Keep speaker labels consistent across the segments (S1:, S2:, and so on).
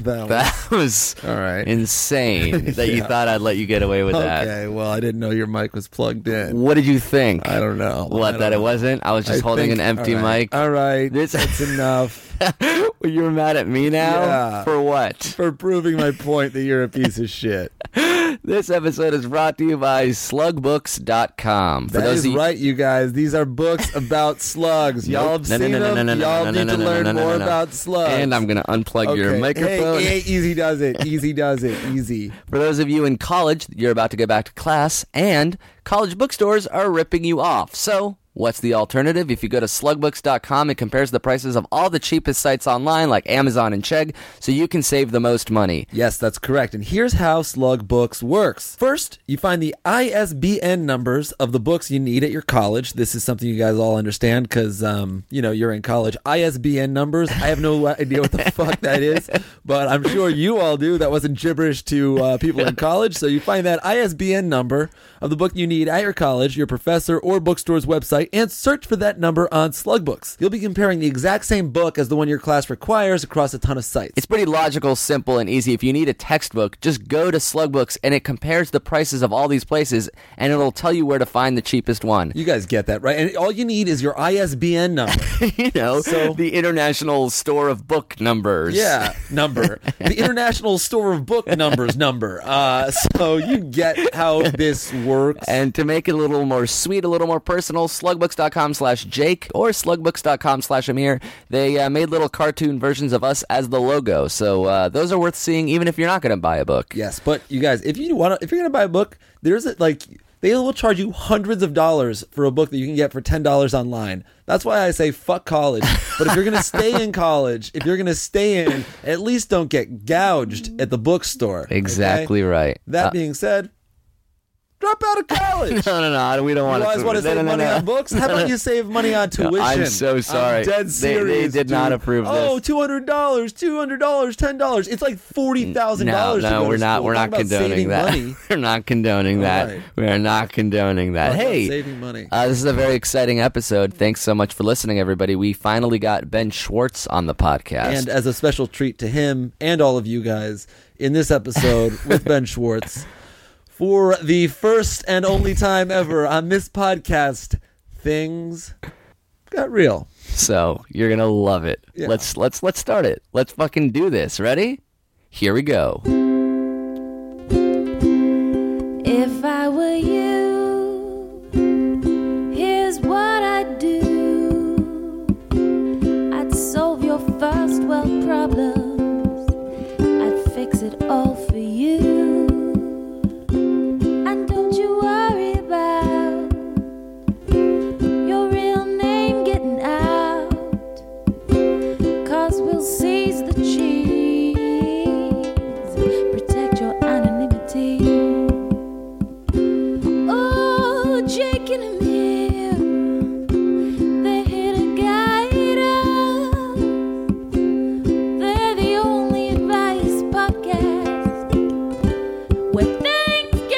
S1: That
S2: That was
S1: All right.
S2: insane that you
S1: Yeah.
S2: thought I'd let you get away with that.
S1: okay. Well, I didn't know your mic was plugged in.
S2: What did you think?
S1: I don't know. I
S2: What
S1: don't
S2: that it
S1: know.
S2: wasn't? I was just
S1: I
S2: holding
S1: think-
S2: an empty
S1: all right.
S2: mic.
S1: All right.
S2: This-
S1: That's enough
S2: Well, You're mad at me now
S1: Yeah.
S2: for what?
S1: for proving my point that you're a piece of shit.
S2: This episode is brought to you by slugbooks.com. For
S1: That
S2: those
S1: is
S2: of you-
S1: right, you guys. These are books about slugs. Y'all have
S2: No, no,
S1: seen
S2: no, no,
S1: them.
S2: no, no,
S1: Y'all
S2: no,
S1: need
S2: no,
S1: to
S2: no, no,
S1: learn
S2: no, no,
S1: more
S2: no.
S1: about slugs.
S2: And I'm going to unplug your
S1: Okay.
S2: microphone.
S1: Hey, hey, easy does it. Easy does it. Easy.
S2: For those of you in college, you're about to go back to class, and college bookstores are ripping you off. So, what's the alternative? If you go to slugbooks.com, it compares the prices of all the cheapest sites online, like Amazon and Chegg, so you can save the most money.
S1: Yes, that's correct. And here's how Slug Books works. First, you find the ISBN numbers of the books you need at your college. This is something you guys all understand because, um, you know, you're in college. ISBN numbers, I have no idea what the fuck that is, but I'm sure you all do. That wasn't gibberish to uh, people in college. So you find that ISBN number of the book you need at your college, your professor, or bookstore's website, and search for that number on Slug Books. You'll be comparing the exact same book as the one your class requires across a ton of sites.
S2: It's pretty logical, simple, and easy. If you need a textbook, just go to Slugbooks and it compares the prices of all these places and it'll tell you where to find the cheapest one.
S1: You guys get that, right? And all you need is your ISBN number.
S2: You know, the International Store of Book Numbers.
S1: yeah, number. The International Store of Book Numbers number. Uh, so you get how this works.
S2: And to make it a little more sweet, a little more personal, slugbooks.com slash Jake or slugbooks.com slash Amir, they uh, made little cartoon versions of us as the logo. So uh, those are worth seeing even if you're not going to buy a book.
S1: yes, but you guys, if you want, to, if you're gonna buy a book, there's a, like they will charge you hundreds of dollars for a book that you can get for ten dollars online. That's why I say fuck college. But if you're gonna stay in college, if you're gonna stay in, at least don't get gouged at the bookstore. okay?
S2: Exactly right.
S1: That
S2: Uh,
S1: being said, drop out of college.
S2: no, no, no. I- We don't want
S1: You
S2: to.
S1: guys want to
S2: no,
S1: save
S2: no, no,
S1: money
S2: no.
S1: on books? How about you save money on tuition?
S2: I'm so sorry.
S1: I'm dead
S2: They- they
S1: serious.
S2: did not
S1: dude.
S2: approve this.
S1: Oh, two hundred dollars, two hundred dollars, ten dollars. It's like forty thousand dollars.
S2: No, no, we're not. We're not condoning that.
S1: Money.
S2: we're not condoning that.
S1: right.
S2: We are not condoning that.
S1: Talk about
S2: hey,
S1: saving money.
S2: Uh, this is a very exciting episode. Thanks so much for listening, everybody. We finally got Ben Schwartz on the podcast.
S1: And as a special treat to him and all of you guys in this episode with Ben Schwartz, for the first and only time ever on this podcast, things got real.
S2: So you're gonna love it.
S1: Yeah.
S2: Let's let's let's start it. Let's fucking do this. Ready? Here we go.
S3: If I were you, here's what I'd do I'd solve your first world problems, I'd fix it all for you. And don't you worry about your real name getting out, cause we'll seize the cheese, protect your anonymity. Oh, Jake and Amir, they're here to guide us. They're the only advice podcast where things get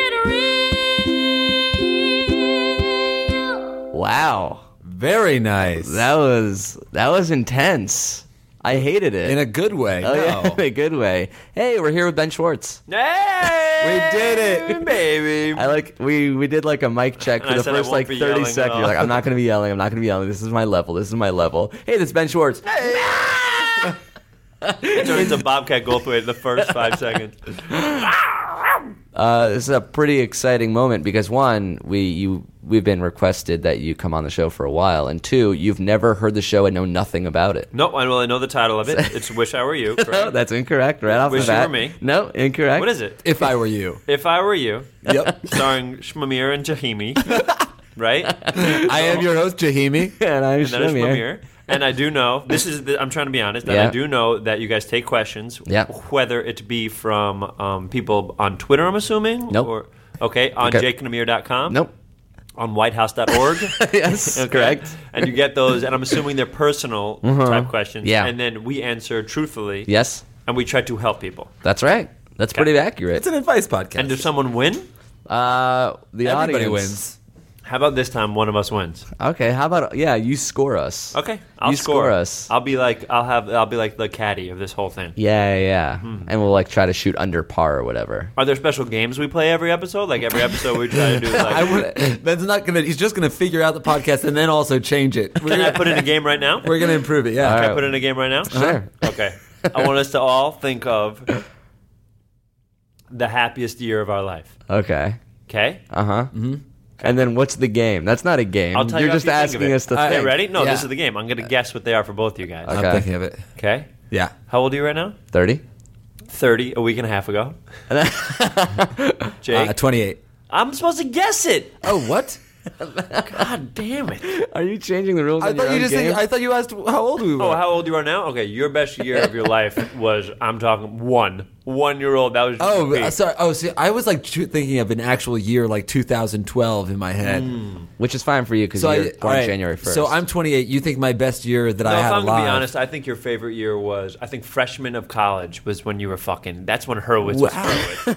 S3: real.
S2: Wow,
S4: Very nice.
S2: that was that was intense. I hated it.
S4: in a good way.
S2: oh,
S4: no.
S2: yeah, in a good way. Hey, we're here with Ben Schwartz.
S4: We did it.
S2: I like we we did like a mic check for
S5: And I
S2: the
S5: said I
S2: first
S5: won't
S2: like
S5: be
S2: thirty
S5: yelling at
S2: seconds. You're
S5: all.
S2: like, I'm not gonna be yelling. I'm not gonna be yelling. This is my level. This is my level. Hey, this is Ben Schwartz.
S5: Turns to Bobcat Goldthwait in the first five seconds.
S2: Uh, this is a pretty exciting moment because one, we you we've been requested that you come on the show for a while, and two, you've never heard the show and know nothing about it.
S5: No, I well, I know the title of it. It's "Wish I Were You."
S2: No,
S5: Correct?
S2: that's incorrect. Right off
S5: Wish
S2: the bat.
S5: You Were Me.
S2: No, incorrect.
S5: What is it?
S1: If I were you,
S5: If I were you,
S1: yep.
S5: starring Shmamir and Jahimi, right?
S1: I am your host, Jahimi.
S2: And I'm
S5: And that is
S2: Shamir.
S5: Shmamir. And I do know this is. The, I'm trying to be honest. And
S2: Yeah.
S5: I do know that you guys take questions.
S2: Yeah.
S5: Whether it be from um, people on Twitter, I'm assuming.
S2: Nope.
S5: Or okay, on
S2: Okay.
S5: okay. jakenamir.com.
S2: Nope.
S5: On whitehouse.org.
S2: Yes,
S5: Okay.
S2: correct. Mm-hmm.
S5: And you get those, and I'm assuming they're personal type questions.
S2: Yeah.
S5: And then we answer truthfully.
S2: Yes,
S5: And we try to help people.
S2: that's right. That's pretty accurate.
S1: It's an advice podcast.
S5: And does someone win?
S2: Uh, the
S1: Everybody
S2: audience
S1: wins.
S5: How about this time one of us wins?
S2: Okay, how about yeah? You score us.
S5: Okay, I'll
S2: you score. us.
S5: I'll be like I'll have I'll be like the caddy of this whole thing.
S2: Yeah, yeah, yeah.
S1: Hmm.
S2: and we'll like try to shoot under par or whatever.
S5: Are there special games we play every episode? Like every episode we try to do like
S1: I would. That's not gonna. He's just gonna figure out the podcast and then also change it. We're
S5: Can I
S1: gonna,
S5: put in a game right now?
S1: we're gonna improve it. Yeah.
S2: All
S5: Can
S2: right.
S5: I put in a game right now?
S2: Sure.
S5: Okay. I want us to all think of the happiest year of our life.
S2: Okay.
S5: Okay?
S2: Uh huh.
S1: Mm-hmm.
S2: And then what's the game? That's not a game.
S5: I'll tell
S2: Um, You're
S5: you
S2: just
S5: after you
S2: asking
S5: think of it.
S2: us to
S1: All right,
S2: think.
S5: Okay, ready? No, this
S1: Yeah.
S5: is the game. I'm gonna guess what they are for both you guys.
S2: Okay.
S1: I'm thinking of it.
S5: Okay?
S1: Yeah.
S5: How old are you right now?
S2: Thirty.
S5: Thirty, a week and a half ago. Jake.
S1: Uh, 28.
S5: I'm supposed to guess it.
S1: Oh, what?
S5: God damn it.
S2: Are you changing the rules?
S1: I
S2: on your
S1: thought you
S2: own
S1: just.
S2: game?
S1: Said, I thought you asked how old we were.
S5: Oh, how old you are now? Okay, your best year of your life was I'm talking one, one year old. That was just
S1: Oh,
S5: me.
S1: uh, sorry. Oh, see, I was like tr- thinking of an actual year, like 2012, in my head.
S2: Which is fine for you because
S1: So
S2: you're
S1: I,
S2: born
S1: all right.
S2: January first.
S1: So I'm 28. You think my best year that
S5: No,
S1: I
S5: if
S1: had
S5: I'm gonna
S1: alive?
S5: be honest, I think your favorite year was I think freshman of college was when you were fucking. That's when Hurwitz was Hurwitz.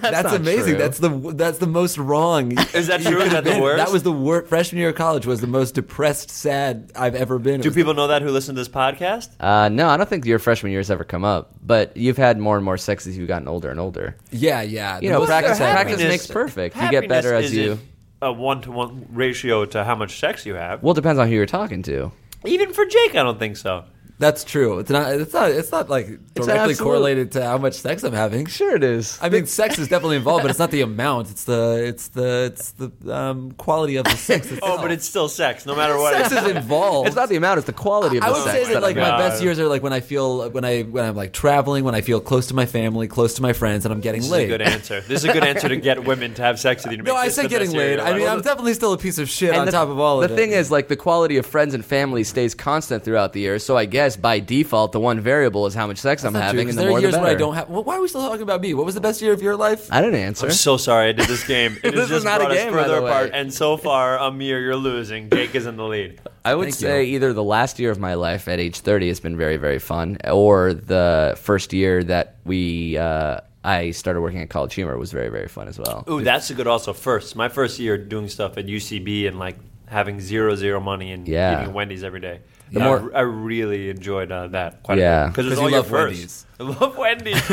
S1: that's, amazing.
S2: true.
S1: That's the that's the most wrong.
S5: Is that true? Is that the worst?
S1: That was the worst. Freshman year of college was the most depressed, sad I've ever been. It
S5: Do
S1: was-
S5: people know that who listen to this podcast?
S2: uh, no, I don't think your freshman year has ever come up. But you've had more and more sex as you've gotten older and older.
S1: yeah, yeah.
S2: You know,
S1: The most
S2: practice,
S1: depressed-
S2: practice
S5: Happiness-
S2: makes perfect. You get better
S5: happiness
S2: as
S5: isn't
S2: you.
S5: A one to one ratio to how much sex you have.
S2: Well, it depends on who you're talking to.
S5: Even for Jake, I don't think so.
S1: That's true. It's not. It's not. It's not like directly
S2: absolute-
S1: correlated to how much sex I'm having.
S2: Sure, it is.
S1: I mean, sex is definitely involved, but it's not the amount. It's the it's the it's the um, quality of the sex.
S5: Oh,
S1: itself.
S5: but it's still sex, no matter what.
S1: sex is involved.
S2: it's not the amount; it's the quality of the
S1: I would
S2: sex.
S1: say that
S2: I'm
S1: like my
S2: getting.
S5: got.
S1: best years are like when I feel when I when I'm like traveling, when I feel close to my family, close to my friends, and I'm getting
S5: This is a
S1: laid.
S5: good answer. This is a good answer to get women to have sex with you. to
S1: No,
S5: make
S1: I
S5: this
S1: said
S5: the
S1: getting
S5: best year of
S1: laid.
S5: your
S1: I mean,
S5: life.
S1: I'm definitely still a piece of shit on
S2: the,
S1: top of all
S2: the
S1: of it.
S2: thing is like the quality of friends and family stays constant throughout the year so i guess by default the one variable is how much sex i'm
S1: Not true,
S2: having
S1: 'cause
S2: and the
S1: there
S2: more
S1: are years
S2: the
S1: when
S2: better
S1: I don't have. Well, why are we still talking about me? What was the best year of your life?
S2: I didn't answer
S5: I'm so sorry I did this game. It
S2: This is
S5: has just
S2: not a
S5: brought us
S2: game, by
S5: further
S2: the way.
S5: apart. And so far, Amir, you're losing. Jake is in the lead.
S2: i would
S1: Thank
S2: say either the last year of my life at age 30 has been very very fun or the first year that we uh, i started working at college humor was very very fun as well
S5: Ooh, that's a good also first. My first year doing stuff at UCB and like having zero zero money and
S2: Yeah.
S5: eating Wendy's every day.
S1: The
S5: I,
S1: more-
S5: I really enjoyed uh, that quite
S2: Yeah.
S5: a bit. Because it was
S1: 'Cause
S5: all
S1: you
S5: your
S1: love
S5: first. I love Wendy's.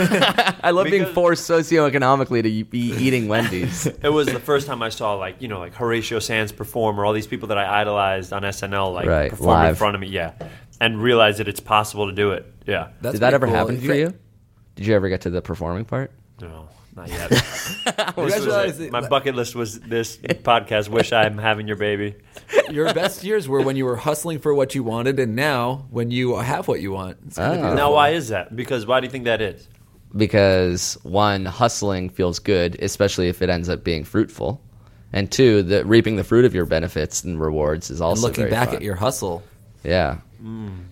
S2: i love being
S5: Because-
S2: forced socioeconomically to be eating wendy's
S5: it was the first time I saw like you know like Horatio Sands perform or all these people that I idolized on SNL like
S2: Right,
S5: perform in
S2: live.
S5: front of me. Yeah, and realize that it's possible to do it. Yeah.
S1: That's
S2: did that
S1: pretty
S2: ever
S1: cool.
S2: happen
S1: If
S2: for you did you ever get to the performing part
S5: No, not yet. This was
S1: guys
S5: it.
S1: realize that-
S5: My bucket list was this podcast. Wish I'm having your baby.
S1: Your best years were when you were hustling for what you wanted, and now when you have what you want. It's
S2: Ah.
S1: kind of
S2: Oh.
S1: beautiful.
S5: Now, why is that? Because why do you think that is?
S2: because one, hustling feels good, especially if it ends up being fruitful, and two, the reaping the fruit of your benefits and rewards is also
S1: looking
S2: very
S1: back
S2: fun.
S1: at your hustle.
S2: yeah.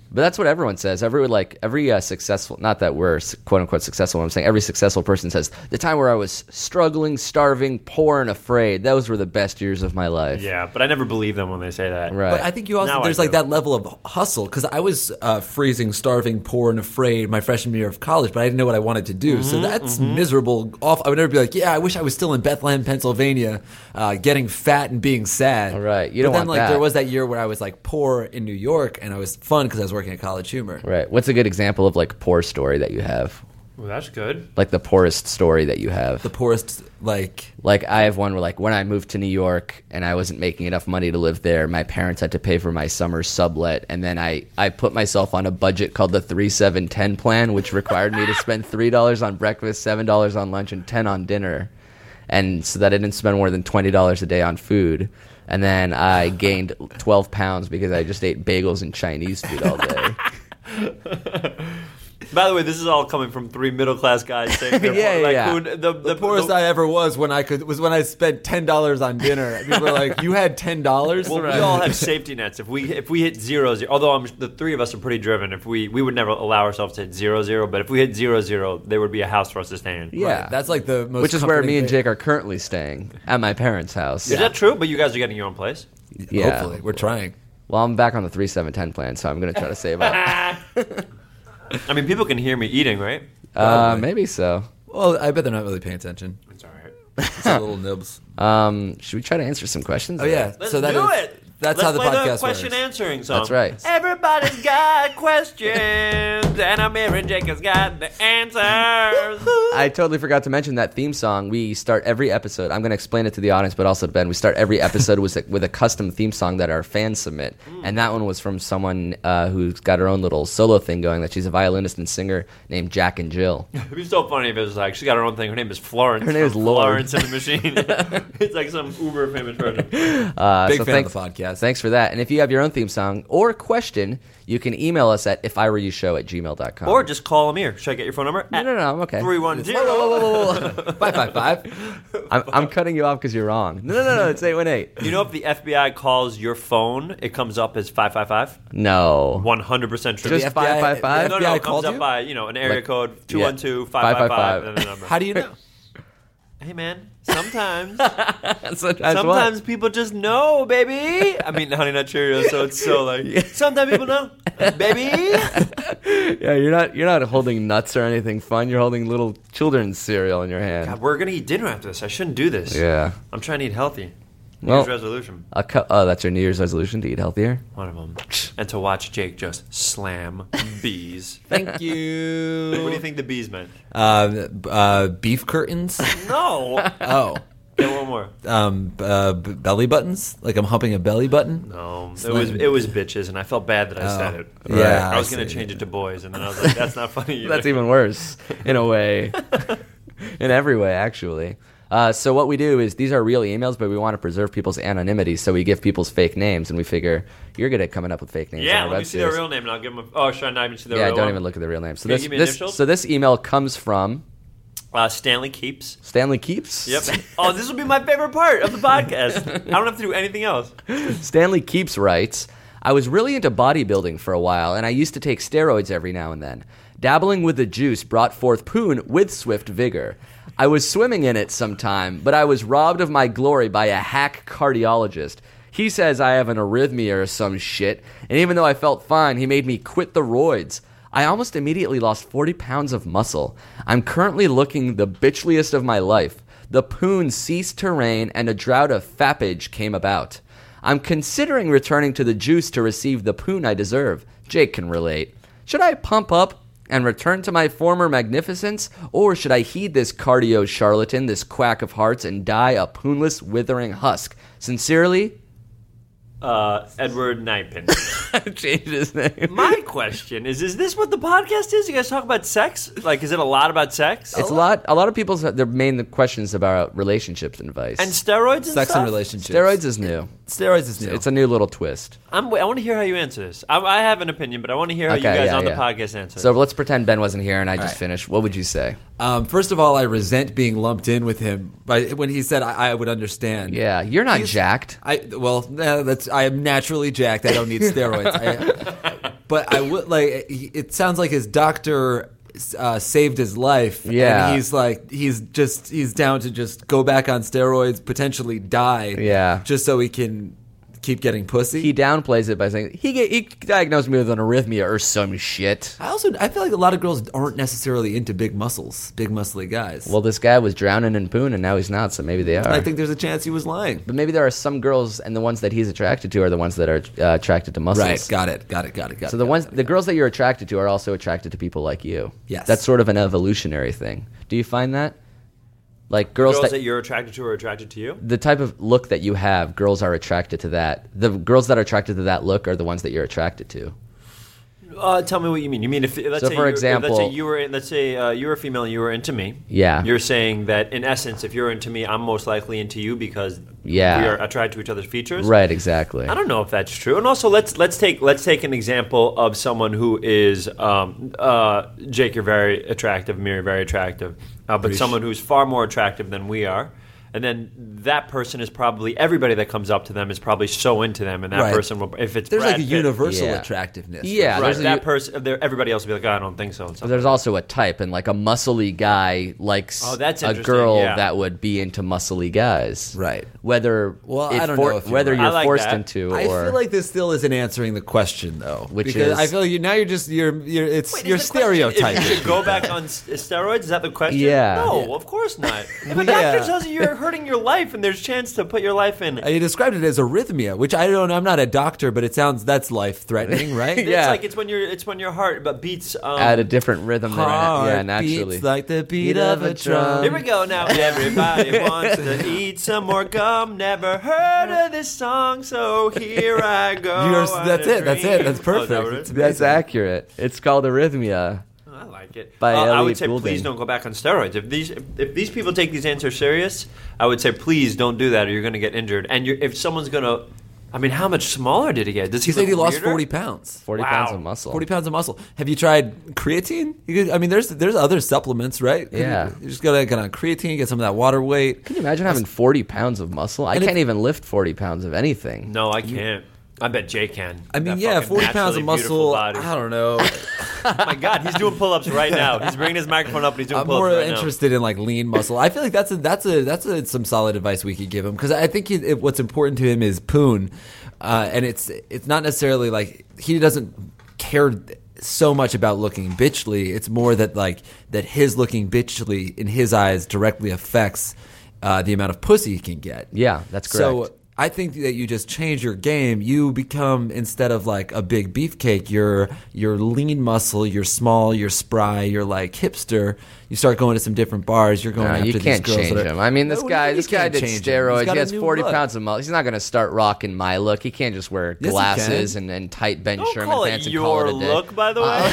S2: But that's what everyone says. Every like every uh, successful, not that we're s- quote unquote successful. I'm saying every successful person says the time where I was struggling, starving, poor, and afraid. Those were the best years of my life.
S5: Yeah, but I never believe them when they say that.
S2: Right.
S1: But I think you also
S5: Now I
S1: there's like
S5: do.
S1: that level of hustle because I was uh, freezing, starving, poor, and afraid my freshman year of college, but I didn't know what I wanted to do.
S5: Mm-hmm,
S1: so that's miserable. Off, I would never be like, yeah, I wish I was still in Bethlehem, Pennsylvania, uh, getting fat and being sad.
S2: All right. You
S1: but
S2: don't
S1: then
S2: want
S1: like
S2: that.
S1: there was that year where I was like poor in New York and I was fun because I was working at College Humor.
S2: Right. What's a good example of like poor story that you have?
S5: Well, that's good.
S2: Like the poorest story that you have.
S1: The poorest, like,
S2: Like I have one where like when I moved to New York and I wasn't making enough money to live there, my parents had to pay for my summer sublet and then I, I put myself on a budget called the three seven ten plan, which required me to spend three dollars on breakfast, seven dollars on lunch, and ten on dinner. And so that I didn't spend more than twenty dollars a day on food. And then I gained twelve pounds because I just ate bagels and Chinese food all day.
S5: By the way, this is all coming from three middle class guys saying they're
S2: Yeah,
S5: poor.
S2: yeah,
S5: like,
S2: yeah.
S5: Who, the, the,
S1: the poorest I ever was when I could was when I spent ten dollars on dinner. People were like, "You had ten dollars."
S5: Well, we all have safety nets. If we if we hit zero zero, although I'm, the three of us are pretty driven. If we we would never allow ourselves to hit zero zero, but if we hit zero zero, there would be a house for us to stay in.
S2: Yeah.
S1: that's like the most.
S2: which is where
S1: comforting
S2: me and
S1: thing.
S2: Jake are currently staying at my parents' house.
S5: Is that true? But you guys are getting your own place.
S2: Yeah.
S1: Hopefully, we're trying.
S2: Well, I'm back on the three seven ten plan, so I'm gonna try to save up.
S5: I mean, people can hear me eating, right?
S2: uh, maybe so.
S1: Well, I bet they're not really paying attention.
S5: It's all right.
S1: It's like little nibs.
S2: Um, should we try to answer some questions?
S1: Oh yeah,
S5: Let's
S1: so that
S5: do
S1: is-
S5: it.
S1: That's
S5: Let's
S1: how the
S5: play
S1: podcast
S5: question
S1: works.
S5: answering song.
S2: That's right.
S5: Everybody's got questions, and Amir and Jake has got the answers.
S2: I totally forgot to mention that theme song. We start every episode. I'm going to explain it to the audience, but also to Ben. We start every episode with a, with a custom theme song that our fans submit, and that one was from someone uh, who's got her own little solo thing going. That she's a violinist and singer named Jack and Jill.
S5: It'd be so funny if it was like she got her own thing. Her name is Florence.
S2: Her name
S5: from
S2: is Lord.
S5: Florence and the Machine. it's like some uber famous version.
S2: Uh,
S1: Big
S2: so
S1: fan of
S2: thanks,
S1: the podcast.
S2: Thanks for that. And if you have your own theme song or question, you can email us at if I were you show at gmail.com.
S5: Or just call Amir. Should I get your phone number?
S2: no, no, no, I'm okay.
S5: Three one
S2: Whoa, whoa, whoa,
S5: zero.
S2: whoa, whoa, whoa.
S1: Five five five.
S2: I'm, I'm cutting you off because you're wrong. No, no, no, no. It's 818.
S5: You know if the FBI calls your phone, it comes up as five five five.
S2: No.
S5: One hundred percent true.
S2: Just
S1: The FBI
S2: five five five.
S5: no, no,
S1: FBI
S5: it comes
S1: called
S5: up
S1: you?
S5: by you know an area
S2: Like-
S5: code two
S2: yeah.
S5: one two five five five.
S2: 555.
S5: and then a number.
S1: How do you know?
S5: Hey man, sometimes
S2: Sometimes,
S5: sometimes people just know, baby. I mean, Honey Nut Cheerios, so it's so like sometimes people know, baby.
S2: yeah, you're not you're not holding nuts or anything fun. You're holding little children's cereal in your hand.
S5: God, we're gonna eat dinner after this. I shouldn't do this.
S2: Yeah.
S5: I'm trying to eat healthy. New
S2: Well-
S5: Year's resolution.
S2: A cu- oh, that's your New Year's resolution to eat healthier.
S5: One of them. And to watch Jake just slam bees.
S1: Thank you.
S5: what do you think the bees meant?
S1: Um, uh, beef curtains.
S5: No.
S1: Oh,
S5: yeah, one more.
S1: um, b- uh, b- belly buttons. Like I'm humping a belly button.
S5: No, it
S1: Slam.
S5: was it was bitches, and I felt bad that I said
S2: Oh,
S5: it.
S1: Right. Yeah,
S5: I was
S1: I
S5: gonna
S1: see.
S5: change it to boys, and then I was like, that's not funny. Either.
S2: That's even worse in a way, in every way actually. Uh, so what we do is these are real emails, but we want to preserve people's anonymity, so we give people's fake names, and we figure you're good at coming up with fake names. on
S5: Yeah,
S2: our
S5: let me
S2: web
S5: see their
S2: series.
S5: real name, and I'll give them. A, oh, should I not even see their
S2: Yeah,
S5: real
S2: don't
S5: one?
S2: even look at the real names. So
S5: Can you
S2: this,
S5: give me
S2: this
S5: initials?
S2: so this email comes from
S5: Uh, Stanley Keeps.
S2: Stanley Keeps.
S5: Yep. oh, this will be my favorite part of the podcast. I don't have to do anything else.
S2: Stanley Keeps writes I was really into bodybuilding for a while, and I used to take steroids every now and then. Dabbling with the juice brought forth Poon with swift vigor. I was swimming in it sometime, but I was robbed of my glory by a hack cardiologist. He says I have an arrhythmia or some shit, and even though I felt fine, he made me quit the roids. I almost immediately lost 40 pounds of muscle. I'm currently looking the bitchliest of my life. The poon ceased to rain, and a drought of fappage came about. I'm considering returning to the juice to receive the poon I deserve. Jake can relate. Should I pump up and return to my former magnificence, or should I heed this cardio charlatan, this quack of hearts, and die a poonless, withering husk? Sincerely,
S5: Uh, Edward Nipin.
S2: change his name.
S5: My question is: Is this what the podcast is? You guys talk about sex? Like, is it a lot about sex
S2: It's a lot. A lot of people's their main questions about relationships advice.
S5: and steroids and
S1: Sex
S5: stuff?
S1: and relationships.
S2: Steroids is new.
S1: Steroids is new.
S2: It's a new little twist.
S5: I'm, I want to hear how you answer this. I, I have an opinion, but I want to hear how you
S2: Okay,
S5: guys
S2: yeah,
S5: on the
S2: yeah.
S5: podcast answer.
S2: So let's pretend Ben wasn't here and I just
S1: right.
S2: finished. What would you say?
S1: Um, first of all, I resent being lumped in with him. But when he said I, I would understand,
S2: Yeah, you're not jacked.
S1: I well, no, that's I am naturally jacked. I don't need steroids. I, but I would like. he- It sounds like his doctor uh, saved his life.
S2: Yeah.
S1: and he's like he's just he's down to just go back on steroids, potentially die.
S2: Yeah.
S1: just so he can keep getting pussy.
S2: He downplays it by saying he ga- he diagnosed me with an arrhythmia or some shit.
S1: I also I feel like a lot of girls aren't necessarily into big muscles, big muscly guys.
S2: Well, uh, this guy was drowning in poon, and now he's not, so maybe they are.
S1: I think there's a chance he was lying.
S2: but maybe there are some girls, and the ones that he's attracted to are the ones that are uh, attracted to muscles.
S1: Right, got it, got it, got it, got it.
S2: So the
S1: got it,
S2: ones,
S1: got it,
S2: the
S1: got
S2: girls that you're attracted to are also attracted to people like you.
S1: Yes.
S2: that's sort of an evolutionary thing. Do you find that? Like girls,
S5: Girls
S2: that,
S5: that you're attracted to are attracted to you.
S2: the type of look that you have, girls are attracted to that. The girls that are attracted to that look are the ones that you're attracted to.
S5: Uh, tell me what you mean. You mean if let's
S2: So
S5: say
S2: for
S5: you-
S2: example-
S5: let's say you were in, let's say uh, you were a female and you were into me.
S2: Yeah.
S5: You're saying that in essence, if you're into me, I'm most likely into you because
S2: Yeah.
S5: we are attracted to each other's features.
S2: Right, exactly.
S5: I don't know if that's true. And also, let's let's take let's take an example of someone who is um, uh, Jake. You're very attractive. Mir, you're very attractive. Uh, but someone who's far more attractive than we are. And then that person is probably everybody that comes up to them is probably so into them, and that
S1: Right.
S5: person will. If it's
S1: There's
S5: Brad
S1: like a
S5: Pitt,
S1: universal
S2: Yeah.
S1: attractiveness.
S2: Yeah,
S5: right?
S2: there's a-
S5: That person, there- everybody else will be like, "Oh, I don't think so. And
S2: But
S5: so
S2: there's also a type, and like a muscly guy likes
S5: Oh, that's
S2: a
S5: interesting,
S2: girl
S5: yeah.
S2: that would be into muscly guys.
S1: Right.
S2: Whether
S1: Well,
S2: it
S1: I don't
S2: for-
S1: know if you're
S2: whether
S1: right.
S2: you're
S5: I like
S2: forced
S5: that.
S2: into
S1: I
S2: or
S1: feel like this still isn't answering the question though,
S2: Which
S1: because
S2: is-
S1: I feel like you now you're just you're you're it's you're
S5: If you
S1: stereotyping.
S5: should go back on s- steroids, is that the question?
S2: Yeah.
S5: No, of course not. If a doctor
S1: Yeah.
S5: tells you you're hurting your life and there's chance to put your life in,
S1: Uh, You described it as arrhythmia, which I don't. I'm not a doctor, but it sounds that's life threatening, right?
S5: It's like it's when your it's when your heart but beats. Um,
S2: at a different rhythm than
S1: Heart
S2: yeah, naturally.
S1: beats like the beat of a drum.
S5: here we go now. Everybody wants to eat some more gum. Never heard of this song, so here I go.
S1: You're-
S5: on
S1: that's
S5: a
S1: it, that's it, that's
S5: dream. Oh, is that
S1: perfect.
S5: what it is?
S2: That's accurate. It's called arrhythmia.
S5: I like it.
S2: By
S5: Uh, I
S2: Elliot
S5: would say
S2: Goulding.
S5: please don't go back on steroids. If these if, if these people take these answers serious, I would say please don't do that, or you're going to get injured. And you're, if someone's going to, I mean, how much smaller did he get? Does
S1: He
S5: he
S1: said
S5: look
S1: he lost
S5: weirder?
S1: forty pounds.
S2: Forty
S5: Wow.
S2: pounds of muscle.
S1: Forty pounds of muscle. Have you tried creatine? You could, I mean, there's there's other supplements, right?
S2: Yeah.
S1: you, just gotta get on creatine, get some of that water weight.
S2: Can you imagine having forty pounds of muscle? I
S1: And if-
S2: can't even lift forty pounds of anything.
S5: No, I can't. I bet Jay can.
S1: I mean,
S5: That
S1: yeah,
S5: fucking
S1: forty pounds of
S5: naturally
S1: muscle.
S5: beautiful body.
S1: I don't know.
S5: Oh my God, he's doing pull-ups right now. He's bringing his microphone up and he's doing
S1: I'm
S5: pull-ups
S1: more
S5: right
S1: interested in like lean muscle. I feel like that's a that's a that's a, some solid advice we could give him because I think he, it, what's important to him is poon, uh, and it's it's not necessarily like he doesn't care so much about looking bitchly. It's more that like that his looking bitchly in his eyes directly affects uh, the amount of pussy he can get.
S2: Yeah, that's
S1: So
S2: correct.
S1: I think that you just change your game. You become instead of like a big beefcake, you're you're lean muscle, you're small, you're spry, you're like hipster. You start going to some different bars. You're going
S2: No,
S1: after
S2: you can't
S1: these girls.
S2: change
S1: that are-
S2: him. I mean,
S1: No,
S2: this
S1: what do you
S2: guy,
S1: mean you
S2: this guy
S1: can't
S2: did
S1: change him? He's
S2: steroids.
S1: got
S2: He
S1: a
S2: has
S1: new
S2: forty
S1: look.
S2: pounds of muscle. He's not going to start rocking my look. He can't just wear
S1: he
S2: glasses
S1: can.
S2: and, and tight Ben
S5: Don't
S2: Sherman
S5: call it
S2: pants and call
S5: your
S2: it a day.
S5: look, by the way.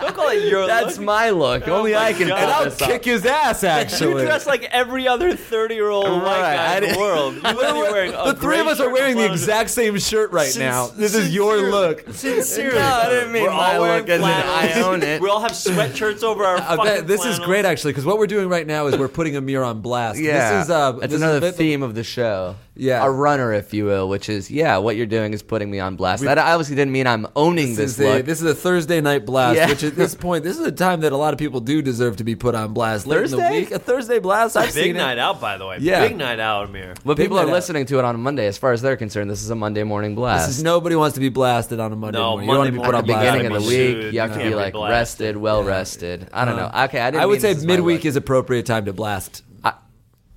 S5: Don't call it your
S2: That's
S5: look.
S2: Oh my look. Only
S5: my
S2: I can.
S5: God.
S2: pull
S5: And I'll
S2: this off.
S1: Kick his ass,
S5: You
S1: actually.
S5: dress like every other 30 year old white
S2: Right, I
S5: guy in
S2: didn't-
S5: the world. You're literally wearing a
S1: the three of
S5: gray
S1: us are
S5: shirt
S1: wearing the
S5: with flannel-
S1: exact same shirt right now.
S5: Sin-
S1: This is your
S5: sincerely-
S1: look.
S5: Sincerely.
S2: No, I didn't mean
S5: We're all
S2: my
S5: wearing
S2: look as in
S5: flannels.
S2: I own it.
S5: We all have sweatshirts over our
S1: I
S5: fucking
S1: bet this is
S5: flannels.
S1: great actually because what we're doing right now is we're putting Amir on blast.
S2: Yeah,
S1: this is uh,
S2: that's
S1: this is a
S2: another
S1: bit-
S2: theme of the show.
S1: Yeah.
S2: a runner, if you will, which is yeah, what you're doing is putting me on blast. that obviously didn't mean I'm owning
S1: This
S2: this,
S1: is, a,
S2: look.
S1: this is a Thursday night blast,
S2: Yeah.
S1: which at this point, this is a time that a lot of people do deserve to be put on blast. Late in the
S2: Thursday?
S1: week, a Thursday blast. I've
S5: Big
S1: seen
S5: night
S1: it.
S5: out, by the way.
S1: Yeah.
S5: Big night out, Amir.
S2: but
S1: Big
S2: people are
S1: night out.
S2: listening to it on Monday. As far as they're concerned, this is a Monday morning blast.
S1: This is nobody wants to be blasted on a Monday
S5: No,
S1: morning. You don't want to
S5: Monday
S1: be put on
S5: morning
S2: at the
S1: blast.
S2: beginning
S5: I'm glad
S2: of the
S5: I'm
S2: week,
S5: sued.
S2: you have to
S5: Can't
S2: be
S5: be
S2: like
S5: blasted.
S2: rested, well rested. I don't know. Uh, Okay, I didn't.
S1: Uh-huh. I
S2: mean
S1: would say
S2: this my
S1: midweek
S2: look.
S1: is appropriate time to blast.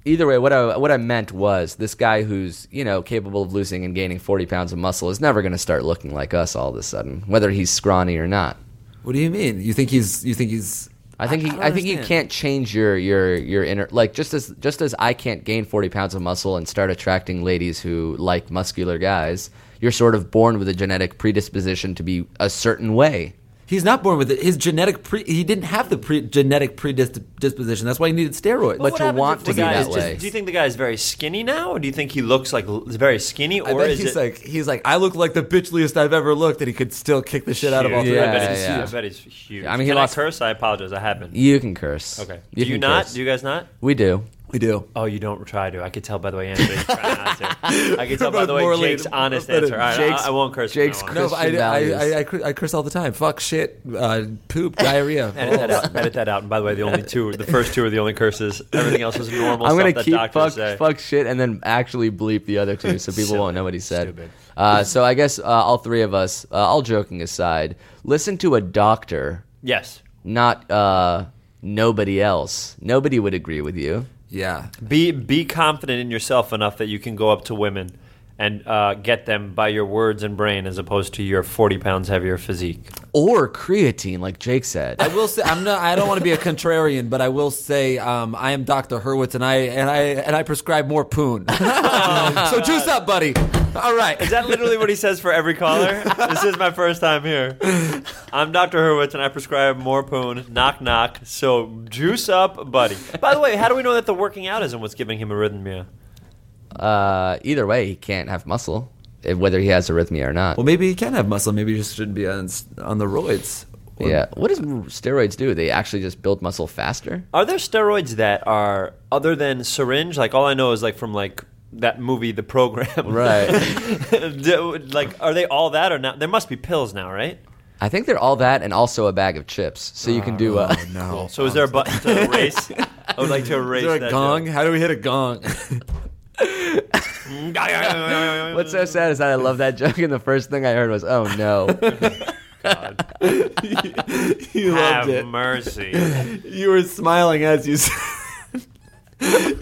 S2: Either way, what I what I meant was this guy who's you know capable of losing and gaining forty pounds of muscle is never going to start looking like us all of a sudden, whether he's scrawny or not.
S1: What do you mean? You think he's? You think he's?
S2: I think he,
S1: don't
S2: I, think you
S1: understand.
S2: can't change your your your inner like just as just as I can't gain forty pounds of muscle and start attracting ladies who like muscular guys. You're sort of born with a genetic predisposition to be a certain way.
S1: He's not born with it. His genetic pre. He didn't have the pre- genetic predisposition. That's why he needed steroids.
S2: But
S5: What
S2: to
S5: happens
S2: want
S5: if
S2: to be
S5: the guy is
S2: that
S5: just-
S2: way.
S5: Do you think the guy is very skinny now, or do you think he looks like l- very skinny,
S1: I
S5: or
S1: bet
S5: is
S1: he's
S5: it?
S1: like he's like I look like the bitchliest I've ever looked, and he could still kick the shit out of all three.
S5: huge.
S2: Yeah,
S5: I bet he's
S2: yeah.
S5: huge. I bet he's huge.
S2: I mean, he
S5: Can I
S2: lost-
S5: curse? I apologize. I haven't.
S2: You can curse.
S5: Okay.
S2: You
S5: do you
S2: can
S5: not?
S2: curse.
S5: Do you guys not?
S2: We do.
S1: We do.
S5: Oh, you don't try to. I could tell by the way you answered. You try not to. I could tell by
S1: both
S5: the way
S1: morally
S5: Jake's honest
S1: offended.
S5: answer. All right,
S2: Jake's-
S5: I, I won't curse. from
S2: Jake's
S5: now on.
S2: cur-
S1: No, but I,
S2: Christian values.
S1: I, I, I, cr- I curse all the time. Fuck, shit, uh, poop, diarrhea.
S5: Edit that out. Edit that out. And by the way, the only two, the first two are the only curses. Everything else is normal
S2: I'm
S5: stuff
S2: gonna
S5: that
S2: keep
S5: doctors
S2: fuck,
S5: say.
S2: fuck shit and then actually bleep the other two so people won't know what he said.
S5: Stupid.
S2: Uh, so I guess uh, all three of us, uh, all joking aside, listen to a doctor,
S5: Yes.
S2: not uh, nobody else. Nobody would agree with you.
S1: yeah.
S5: Be be confident in yourself enough that you can go up to women and uh, get them by your words and brain as opposed to your 40 pounds heavier physique.
S2: Or creatine, like Jake said.
S1: I will say I'm not. I don't want to be a contrarian, but I will say um, I am Dr. Hurwitz, and I and I and I prescribe more poon. so juice up, buddy. All right.
S5: Is that literally what he says for every caller? this is my first time here. I'm Dr. Hurwitz, and I prescribe more poon. Knock, knock. So juice up, buddy. By the way, how do we know that the working out isn't what's giving him arrhythmia?
S2: Uh, either way, he can't have muscle, eh, whether he has arrhythmia or not.
S1: Well, maybe he can have muscle. Maybe he just shouldn't be on on the roids.
S2: yeah. What does steroids do? They actually just build muscle faster?
S5: Are there steroids that are other than syringe? Like all I know is like from like that movie, The Program. Do- like, are they all that or not? There must be pills now, right?
S2: I think they're all that and also a bag of chips. So you can do uh,
S1: No.
S5: So is there a button to erase? I would like to erase
S1: Is there a
S5: that.
S1: gong? How do we hit a gong?
S2: What's so sad is that I love that joke, and the first thing I heard was, "Oh no!"
S1: you
S5: Have
S1: loved it.
S5: mercy.
S1: You were smiling as you. said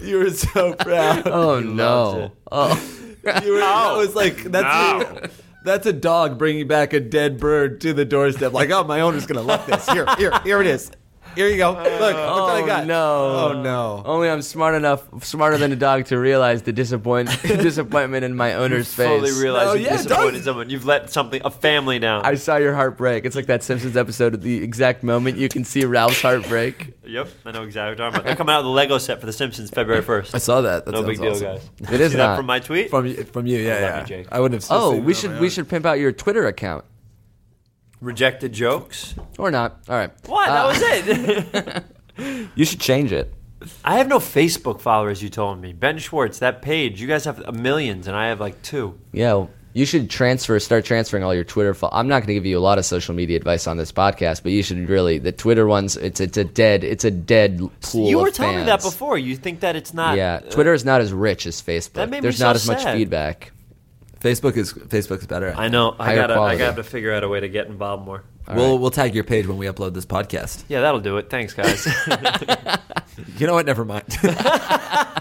S1: You were so proud.
S2: Oh no! Oh,
S1: You were, that was like that's
S5: Ow.
S1: a, that's a dog bringing back a dead bird to the doorstep. Like, oh, my owner's gonna love this. Here, here, here it is. Here you go. Look, look what I got.
S2: no!
S1: Oh no.
S2: Only I'm smart enough, smarter than a dog, to realize the disappoint disappointment in my owner's
S5: Fully
S2: face.
S5: realize
S1: No,
S5: you
S1: yeah, it
S5: disappointed
S1: does.
S5: someone. You've let something, a family down.
S2: I saw your heart break. It's like that Simpsons episode at the exact moment you can see Ralph's heart break.
S5: Yep, I know exactly what you're talking about. They're coming out of the Lego set for The Simpsons February 1st.
S1: I saw that. that
S5: no
S1: sounds
S5: big deal,
S1: awesome.
S5: guys.
S2: It is
S5: See that
S2: not.
S5: from my tweet?
S1: From you- from you, yeah,
S5: I love
S1: yeah.
S5: you, Jake.
S1: I wouldn't have.
S2: Oh,
S1: seen
S2: we
S1: that on
S2: should
S1: my
S2: we
S1: own.
S2: should pimp out your Twitter account
S5: Rejected jokes.
S2: or not? All right.
S5: What?
S2: Uh,
S5: that was it.
S2: You should change it.
S5: I have no Facebook followers. You told me Ben Schwartz. That page. You guys have a millions, and I have like two.
S2: Yeah, well, you should transfer, start transferring all your Twitter. Fo- I'm not going to give you a lot of social media advice on this podcast, but you should really the Twitter ones. It's it's a dead it's a dead pool.
S5: you were
S2: of
S5: telling me that
S2: fans.
S5: before. You think that it's not.
S2: Yeah,
S5: uh,
S2: Twitter is not as rich as Facebook.
S5: That made me
S2: There's
S5: so
S2: not as much
S5: sad.
S2: feedback.
S1: Facebook is Facebook's better.
S5: I know. I
S2: Higher
S5: gotta.
S2: quality.
S5: I gotta figure out a way to get involved more.
S1: we'll we'll tag your page when we upload this podcast.
S5: Yeah, that'll do it. Thanks, guys.
S1: You know what? Never mind.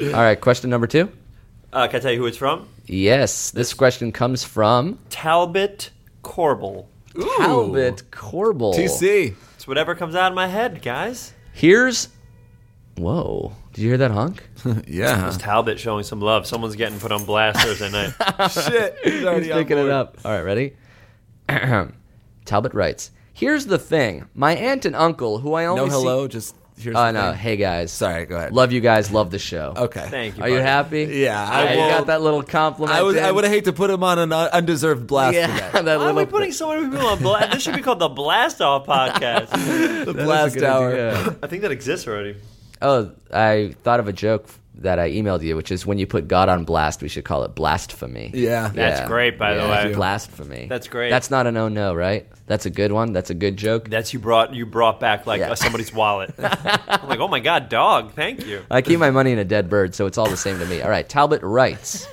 S2: All right, question number two.
S5: uh, can I tell you who it's from?
S2: Yes, this question comes from
S5: Talbot Corbel.
S2: Talbot Corbel.
S1: TC.
S5: It's whatever comes out of my head, guys.
S2: Here's whoa. Did you hear that honk?
S1: Yeah.
S5: It's Talbot showing some love. Someone's getting put on blast Thursday night.
S1: Shit. He's already
S2: He's
S1: on
S2: picking it
S1: board.
S2: up. All right, ready? Talbot writes, "Here's the thing. My aunt and uncle, who I only
S1: No
S2: see-
S1: hello. Just here's.
S2: Oh
S1: the
S2: no,
S1: thing.
S2: hey guys.
S1: Sorry, go ahead.
S2: Love you guys, love the show.
S1: Okay.
S5: Thank you.
S2: Are you
S5: buddy.
S2: happy?
S1: Yeah, I
S2: Yeah, you
S1: will-
S2: got that little compliment.
S1: I was. I
S2: in.
S1: would have hate to put him on an un- undeserved blast. for
S2: Yeah,
S1: that.
S2: that
S5: Why are we
S2: little
S5: putting so many people on blast? This should be called the Blast Off Podcast.
S1: The
S2: That's a
S1: blast
S2: good
S1: hour.
S2: idea.
S5: I think that exists already.
S2: Oh, I thought of a joke that I emailed you, which is when you put God on blast, we should call it blasphemy.
S1: Yeah.
S5: That's great, by the
S2: Yeah,
S5: way.
S2: Blasphemy.
S5: That's great.
S2: That's not a no no, right? That's a good one. That's a good joke.
S5: That's you brought you brought back like
S2: Yeah.
S5: uh, somebody's wallet. I'm like, oh my god, dog, thank you.
S2: I keep my money in a dead bird, so it's all the same to me. All right, Talbot writes.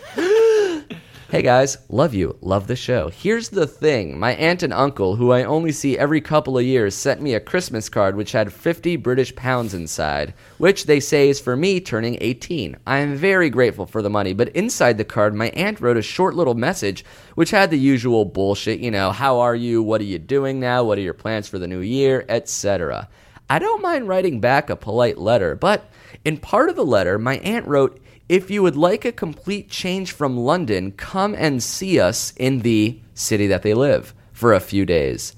S2: Hey guys, love you, love the show. Here's the thing my aunt and uncle, who I only see every couple of years, sent me a Christmas card which had 50 British pounds inside, which they say is for me turning 18. I am very grateful for the money, but inside the card, my aunt wrote a short little message which had the usual bullshit you know, how are you, what are you doing now, what are your plans for the new year, etc. I don't mind writing back a polite letter, but in part of the letter, my aunt wrote, if you would like a complete change from London, come and see us in the city that they live for a few days.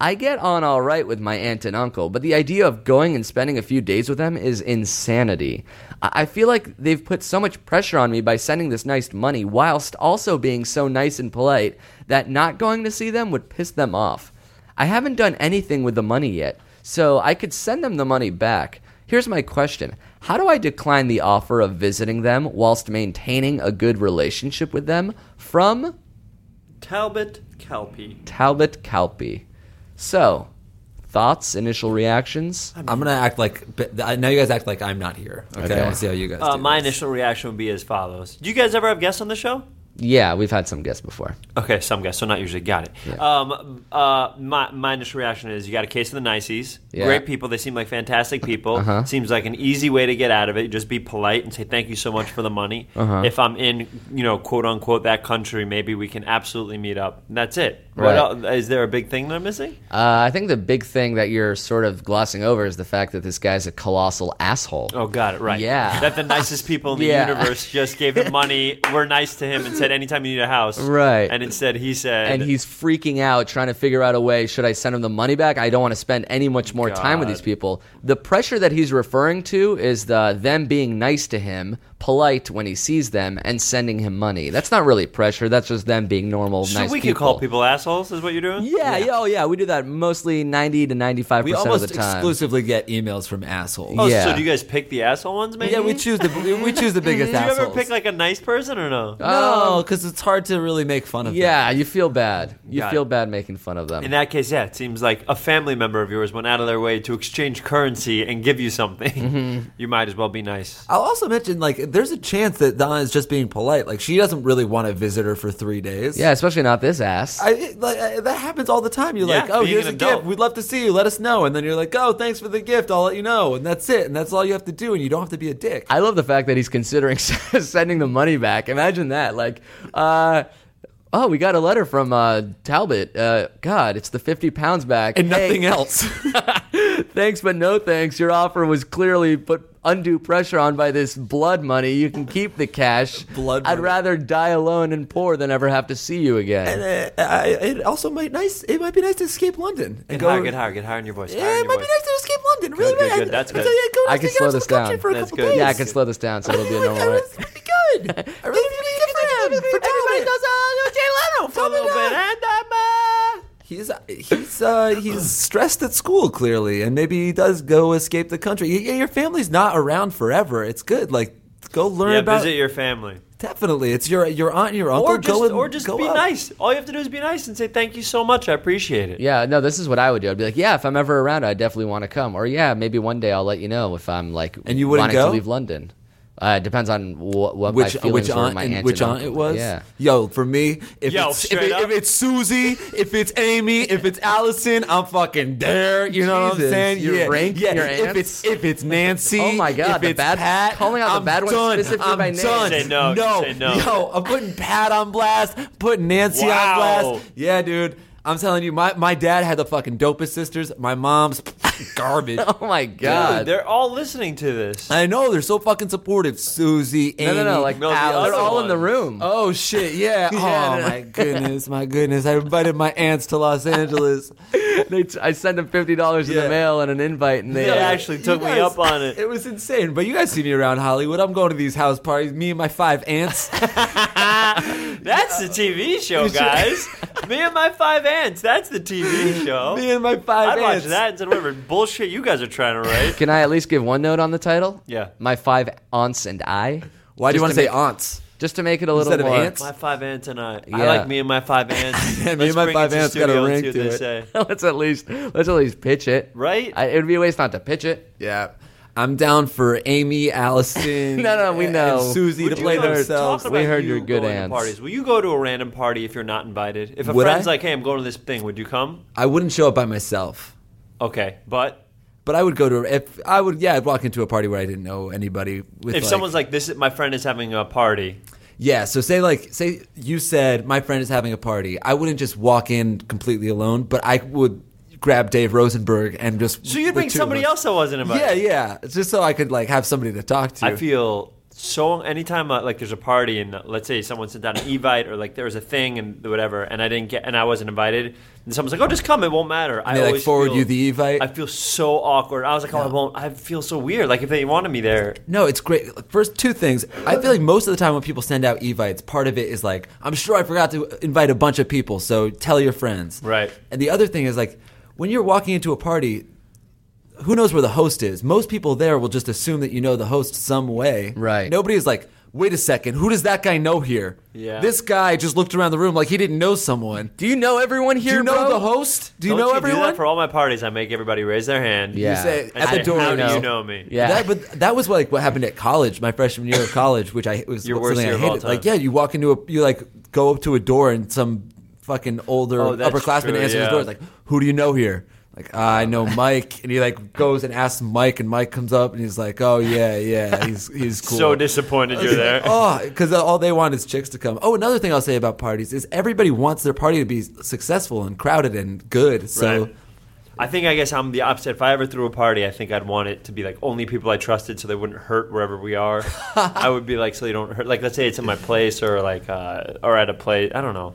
S2: I get on all right with my aunt and uncle, but the idea of going and spending a few days with them is insanity. I I feel like they've put so much pressure on me by sending this nice money whilst also being so nice and polite that not going to see them would piss them off. I haven't done anything with the money yet, so I could send them the money back. Here's my question How do I decline the offer of visiting them whilst maintaining a good relationship with them? From
S5: Talbot Kelpie.
S2: Talbot Calpe. So, thoughts, initial reactions?
S1: I'm gonna act like but th- now you guys act like I'm not here. Okay,
S2: Okay.
S1: I want to see how you guys.
S5: Uh,
S1: do
S5: my
S1: this.
S5: initial reaction would be as follows. Do you guys ever have guests on the show?
S2: Yeah, we've had some guests before.
S5: Okay, some guests, so not usually. Got it. Um, uh, my, my initial reaction is you got a case of the niceties.
S2: Yeah. Uh-huh.
S5: Great people. They seem like fantastic people. Seems like an easy way to get out of it. Just be polite and say thank you so much for the money.
S2: Uh-huh.
S5: If I'm in, you know, quote unquote, that country, maybe we can absolutely meet up. And that's it. What
S2: Right.
S5: else, is there a big thing that I'm missing?
S2: Uh, I think the big thing that you're sort of glossing over is the fact that this guy's a colossal asshole.
S5: Oh, got it. Right.
S2: Yeah.
S5: That the nicest people in the
S2: Yeah.
S5: universe just gave him money, were nice to him, and said, anytime you need a house.
S2: Right.
S5: And instead he said,
S2: and he's freaking out trying to figure out a way should i send him the money back i don't want to spend any much more time with these people the pressure that he's referring to is the them being nice to him polite when he sees them and sending him money that's not really pressure that's just them being normal
S5: so
S2: nice
S5: we
S2: people.
S5: could call people assholes, is what you're doing?
S2: yeah, yeah, oh yeah, we do that mostly ninety to ninety-five
S1: We
S2: percent of
S1: almost
S2: the time.
S1: exclusively get emails from assholes.
S5: Oh,
S2: Yeah.
S5: so do you guys pick the asshole ones, maybe?
S1: yeah, we choose the we choose the biggest
S5: Did you
S1: assholes. Uh,
S5: ever pick like a nice person or no?
S1: no, because Oh, it's hard to really make fun of. them.
S2: Yeah, you feel bad. You
S5: Got
S2: feel
S5: it.
S2: bad making fun of them.
S5: In that case, yeah, it seems like a family member of yours went out of their way to exchange currency and give you something.
S1: Mm-hmm.
S5: You might as well be nice.
S1: I'll also mention like there's a chance that Donna is just being polite. Like she doesn't really want to visit her for three days.
S2: yeah, especially not this ass.
S1: I, it- like, I, that happens all the time. You're
S5: Yeah,
S1: like, oh,
S5: being
S1: here's
S5: an
S1: a
S5: adult.
S1: gift. We'd love to see you. Let us know. And then you're like, oh, thanks for the gift. I'll let you know. And that's it. And that's all you have to do. And you don't have to be a dick.
S2: I love the fact that he's considering sending the money back. Imagine that. Like, uh, oh, we got a letter from uh, Talbot. Uh, God, it's the 50 pounds back.
S1: and
S2: Hey,
S1: nothing else.
S2: thanks, but no thanks. Your offer was clearly put undue pressure on by this blood money. You can keep the cash.
S1: Blood
S2: I'd
S1: money.
S2: rather die alone and poor than ever have to see you
S1: And,
S2: again.
S1: uh, I, it also might nice. It might be nice to escape London and
S5: Get
S1: go.
S5: higher, get higher, get higher in your voice. higher
S1: Yeah,
S5: in
S1: it
S5: your
S1: might be
S5: voice.
S1: nice to escape London. Really,
S5: good,
S1: I-
S5: good. That's
S1: I-
S5: good.
S1: I, go
S2: I
S1: to-
S2: can
S1: go
S2: slow
S1: to the
S2: this down.
S1: country For a
S5: That's
S1: couple
S5: good.
S1: Days.
S2: Yeah, I can slow this down, so it'll be a normal rate.
S1: It's pretty good. I really think it'd be good for him. For Everybody does uh, Jay Leno for
S5: A little bit. And I'm, uh,
S1: He's he's uh, he's stressed at school clearly, and maybe he does go escape the country. Yeah, your family's not around forever. It's good. Like go learn
S5: Yeah,
S1: about
S5: visit your family.
S1: definitely. It's your your aunt and your uncle.
S5: Or just,
S1: go and,
S5: or just
S1: go
S5: be
S1: up.
S5: nice. All you have to do is be nice and say, thank you so much. I appreciate it.
S2: Yeah, no, this is what I would do. I'd be like, yeah, if I'm ever around, I definitely want to come. Or yeah, maybe one day I'll let you know if I'm like
S1: And you wouldn't
S2: wanting to
S1: go?
S2: leave London. Uh, it depends on wh- what my
S1: Which
S2: feelings
S1: which
S2: were,
S1: aunt,
S2: my
S1: and
S2: aunt
S1: which
S2: and
S1: aunt it
S2: uncle.
S1: was?
S2: Yeah.
S1: Yo, for me, if
S5: Yo,
S1: it's if,
S5: straight
S1: it-
S5: up.
S1: if it's Susie, if it's Amy, if it's Allison, I'm fucking there. You know what I'm
S2: Jesus,
S1: saying?
S2: you're
S1: yeah,
S2: ranking
S1: yeah.
S2: your
S1: if
S2: aunts?
S1: it's if it's Nancy,
S2: Oh my God,
S1: if
S2: the
S1: it's
S2: bad-
S1: Pat,
S2: calling out the
S1: I'm
S2: bad ones
S1: done.
S2: specifically
S1: I'm
S2: by name.
S1: done.
S5: Say no,
S1: no,
S5: say no.
S1: Yo, I'm putting Pat on blast. Putting Nancy
S5: Wow.
S1: on blast. Yeah, dude. I'm telling you, my, my dad had the fucking dopest sisters. My mom's garbage.
S2: Oh my
S5: Dude,
S2: god.
S5: they're all listening to this.
S1: I know they're so fucking supportive. Susie,
S2: no,
S1: Amy,
S2: no, no. Like
S5: No, the
S2: they're
S5: other
S2: all in the
S5: ones.
S2: room.
S1: Oh shit! Yeah.
S2: Yeah, no.
S1: Oh my goodness, my goodness! I invited my aunts to Los Angeles.
S2: They t- I send them fifty dollars in the
S1: Yeah.
S2: mail and an invite, and they.
S5: They actually took
S1: You
S5: me
S1: guys-
S5: up on it.
S1: It was insane. But you guys see me around Hollywood. I'm going to these house parties. Me and my five aunts.
S5: That's the TV show, guys. Me and my five aunts. That's the TV show.
S1: me and my 5
S5: Oh, I'd watch
S1: aunts.
S5: that instead of whatever bullshit you guys are trying to write.
S2: Can I at least give one note on the title?
S5: Yeah.
S2: My five aunts and I.
S1: Why do you
S2: Just
S1: want to
S2: to
S1: say
S2: make-
S1: aunts?
S2: Just to make it a little
S1: Instead of
S2: more.
S1: aunts?
S5: My five aunts and I.
S2: Yeah.
S5: I like me and my five aunts.
S1: Yeah, me and
S5: Let's
S1: my
S5: bring it
S1: five
S5: to
S1: aunts got a
S5: studio and
S1: ring
S5: see what
S1: to
S5: they
S1: it.
S5: say.
S2: let's at least let's at least pitch it.
S5: Right?
S2: I, it would be a waste not to pitch it.
S1: Yeah. I'm down for Amy, Allison.
S2: No, no, we
S1: and
S2: know.
S1: Susie
S5: Would
S1: to
S5: you
S1: play
S5: go- talk
S1: themselves.
S5: about
S2: We heard
S5: you
S2: your good
S5: going to
S2: aunts.
S5: Parties. Will you go to a random party if you're not invited? If a
S1: Would
S5: friend's
S1: I?
S5: like, "Hey, I'm going to this thing. Would you come?"
S1: I wouldn't show up by myself.
S5: Okay, but
S1: But I would go to if I would yeah I'd walk into a party where I didn't know anybody. With
S5: if
S1: like,
S5: someone's like, "This, is, my friend is having a party,"
S1: Yeah, so say like say you said my friend is having a party. I wouldn't just walk in completely alone, but I would grab Dave Rosenberg and just
S5: so you'd
S1: the
S5: bring
S1: two
S5: somebody
S1: of us-
S5: else that wasn't invited.
S1: Yeah, yeah, It's just so I could like have somebody to talk to.
S5: I feel so anytime uh, like there's a party and uh, let's say someone sent out an evite or like there was a thing and whatever and I didn't get and I wasn't invited and someone's like oh just come it won't matter I
S1: they, like,
S5: always
S1: forward
S5: feel-
S1: you the Evite?
S5: I feel so awkward I was like oh I won't I feel so weird like if they wanted me there
S1: no, it's great. First two things. I feel like most of the time when people send out evites, part of it is like I'm sure I forgot to invite a bunch of people, so tell your friends.
S5: Right.
S1: And the other thing is like when you're walking into a party, who knows where the host is? Most people there will just assume that you know the host some way.
S2: Right.
S1: Nobody is like, wait a second, who does that guy know here?
S5: Yeah.
S1: This guy just looked around the room like he didn't know someone.
S2: Do you know everyone here?
S1: Do you know
S2: bro?
S1: the host? Do you
S5: Don't
S1: know
S5: you
S1: everyone?
S5: Do that for all my parties, I make everybody raise their hand.
S2: Yeah.
S1: You say,
S5: And
S1: at the
S5: say,
S1: door.
S5: How do
S2: know.
S5: you know me?
S2: Yeah.
S1: That, but that was like what happened at college, my freshman year of college, which I was
S5: Your worst
S1: something
S5: year
S1: I
S5: of all
S1: hated.
S5: time.
S1: Like, yeah, you walk into a, you like go up to a door and some fucking older
S5: Oh, that's
S1: upperclassman
S5: true,
S1: answers the
S5: yeah.
S1: door. It's like, who do you know here? Like, "Ah, I know Mike, and he like goes and asks Mike, and Mike comes up and he's like, oh yeah, yeah, he's he's cool.
S5: So disappointed you're there.
S1: Oh, because all they want is chicks to come. Oh, another thing I'll say about parties is everybody wants their party to be successful and crowded and good. So
S5: Right. I think I guess I'm the opposite. If I ever threw a party, I think I'd want it to be like only people I trusted, so they wouldn't hurt wherever we are. I would be like, so they don't hurt. Like, let's say it's in my place or like uh, or at a place. I don't know.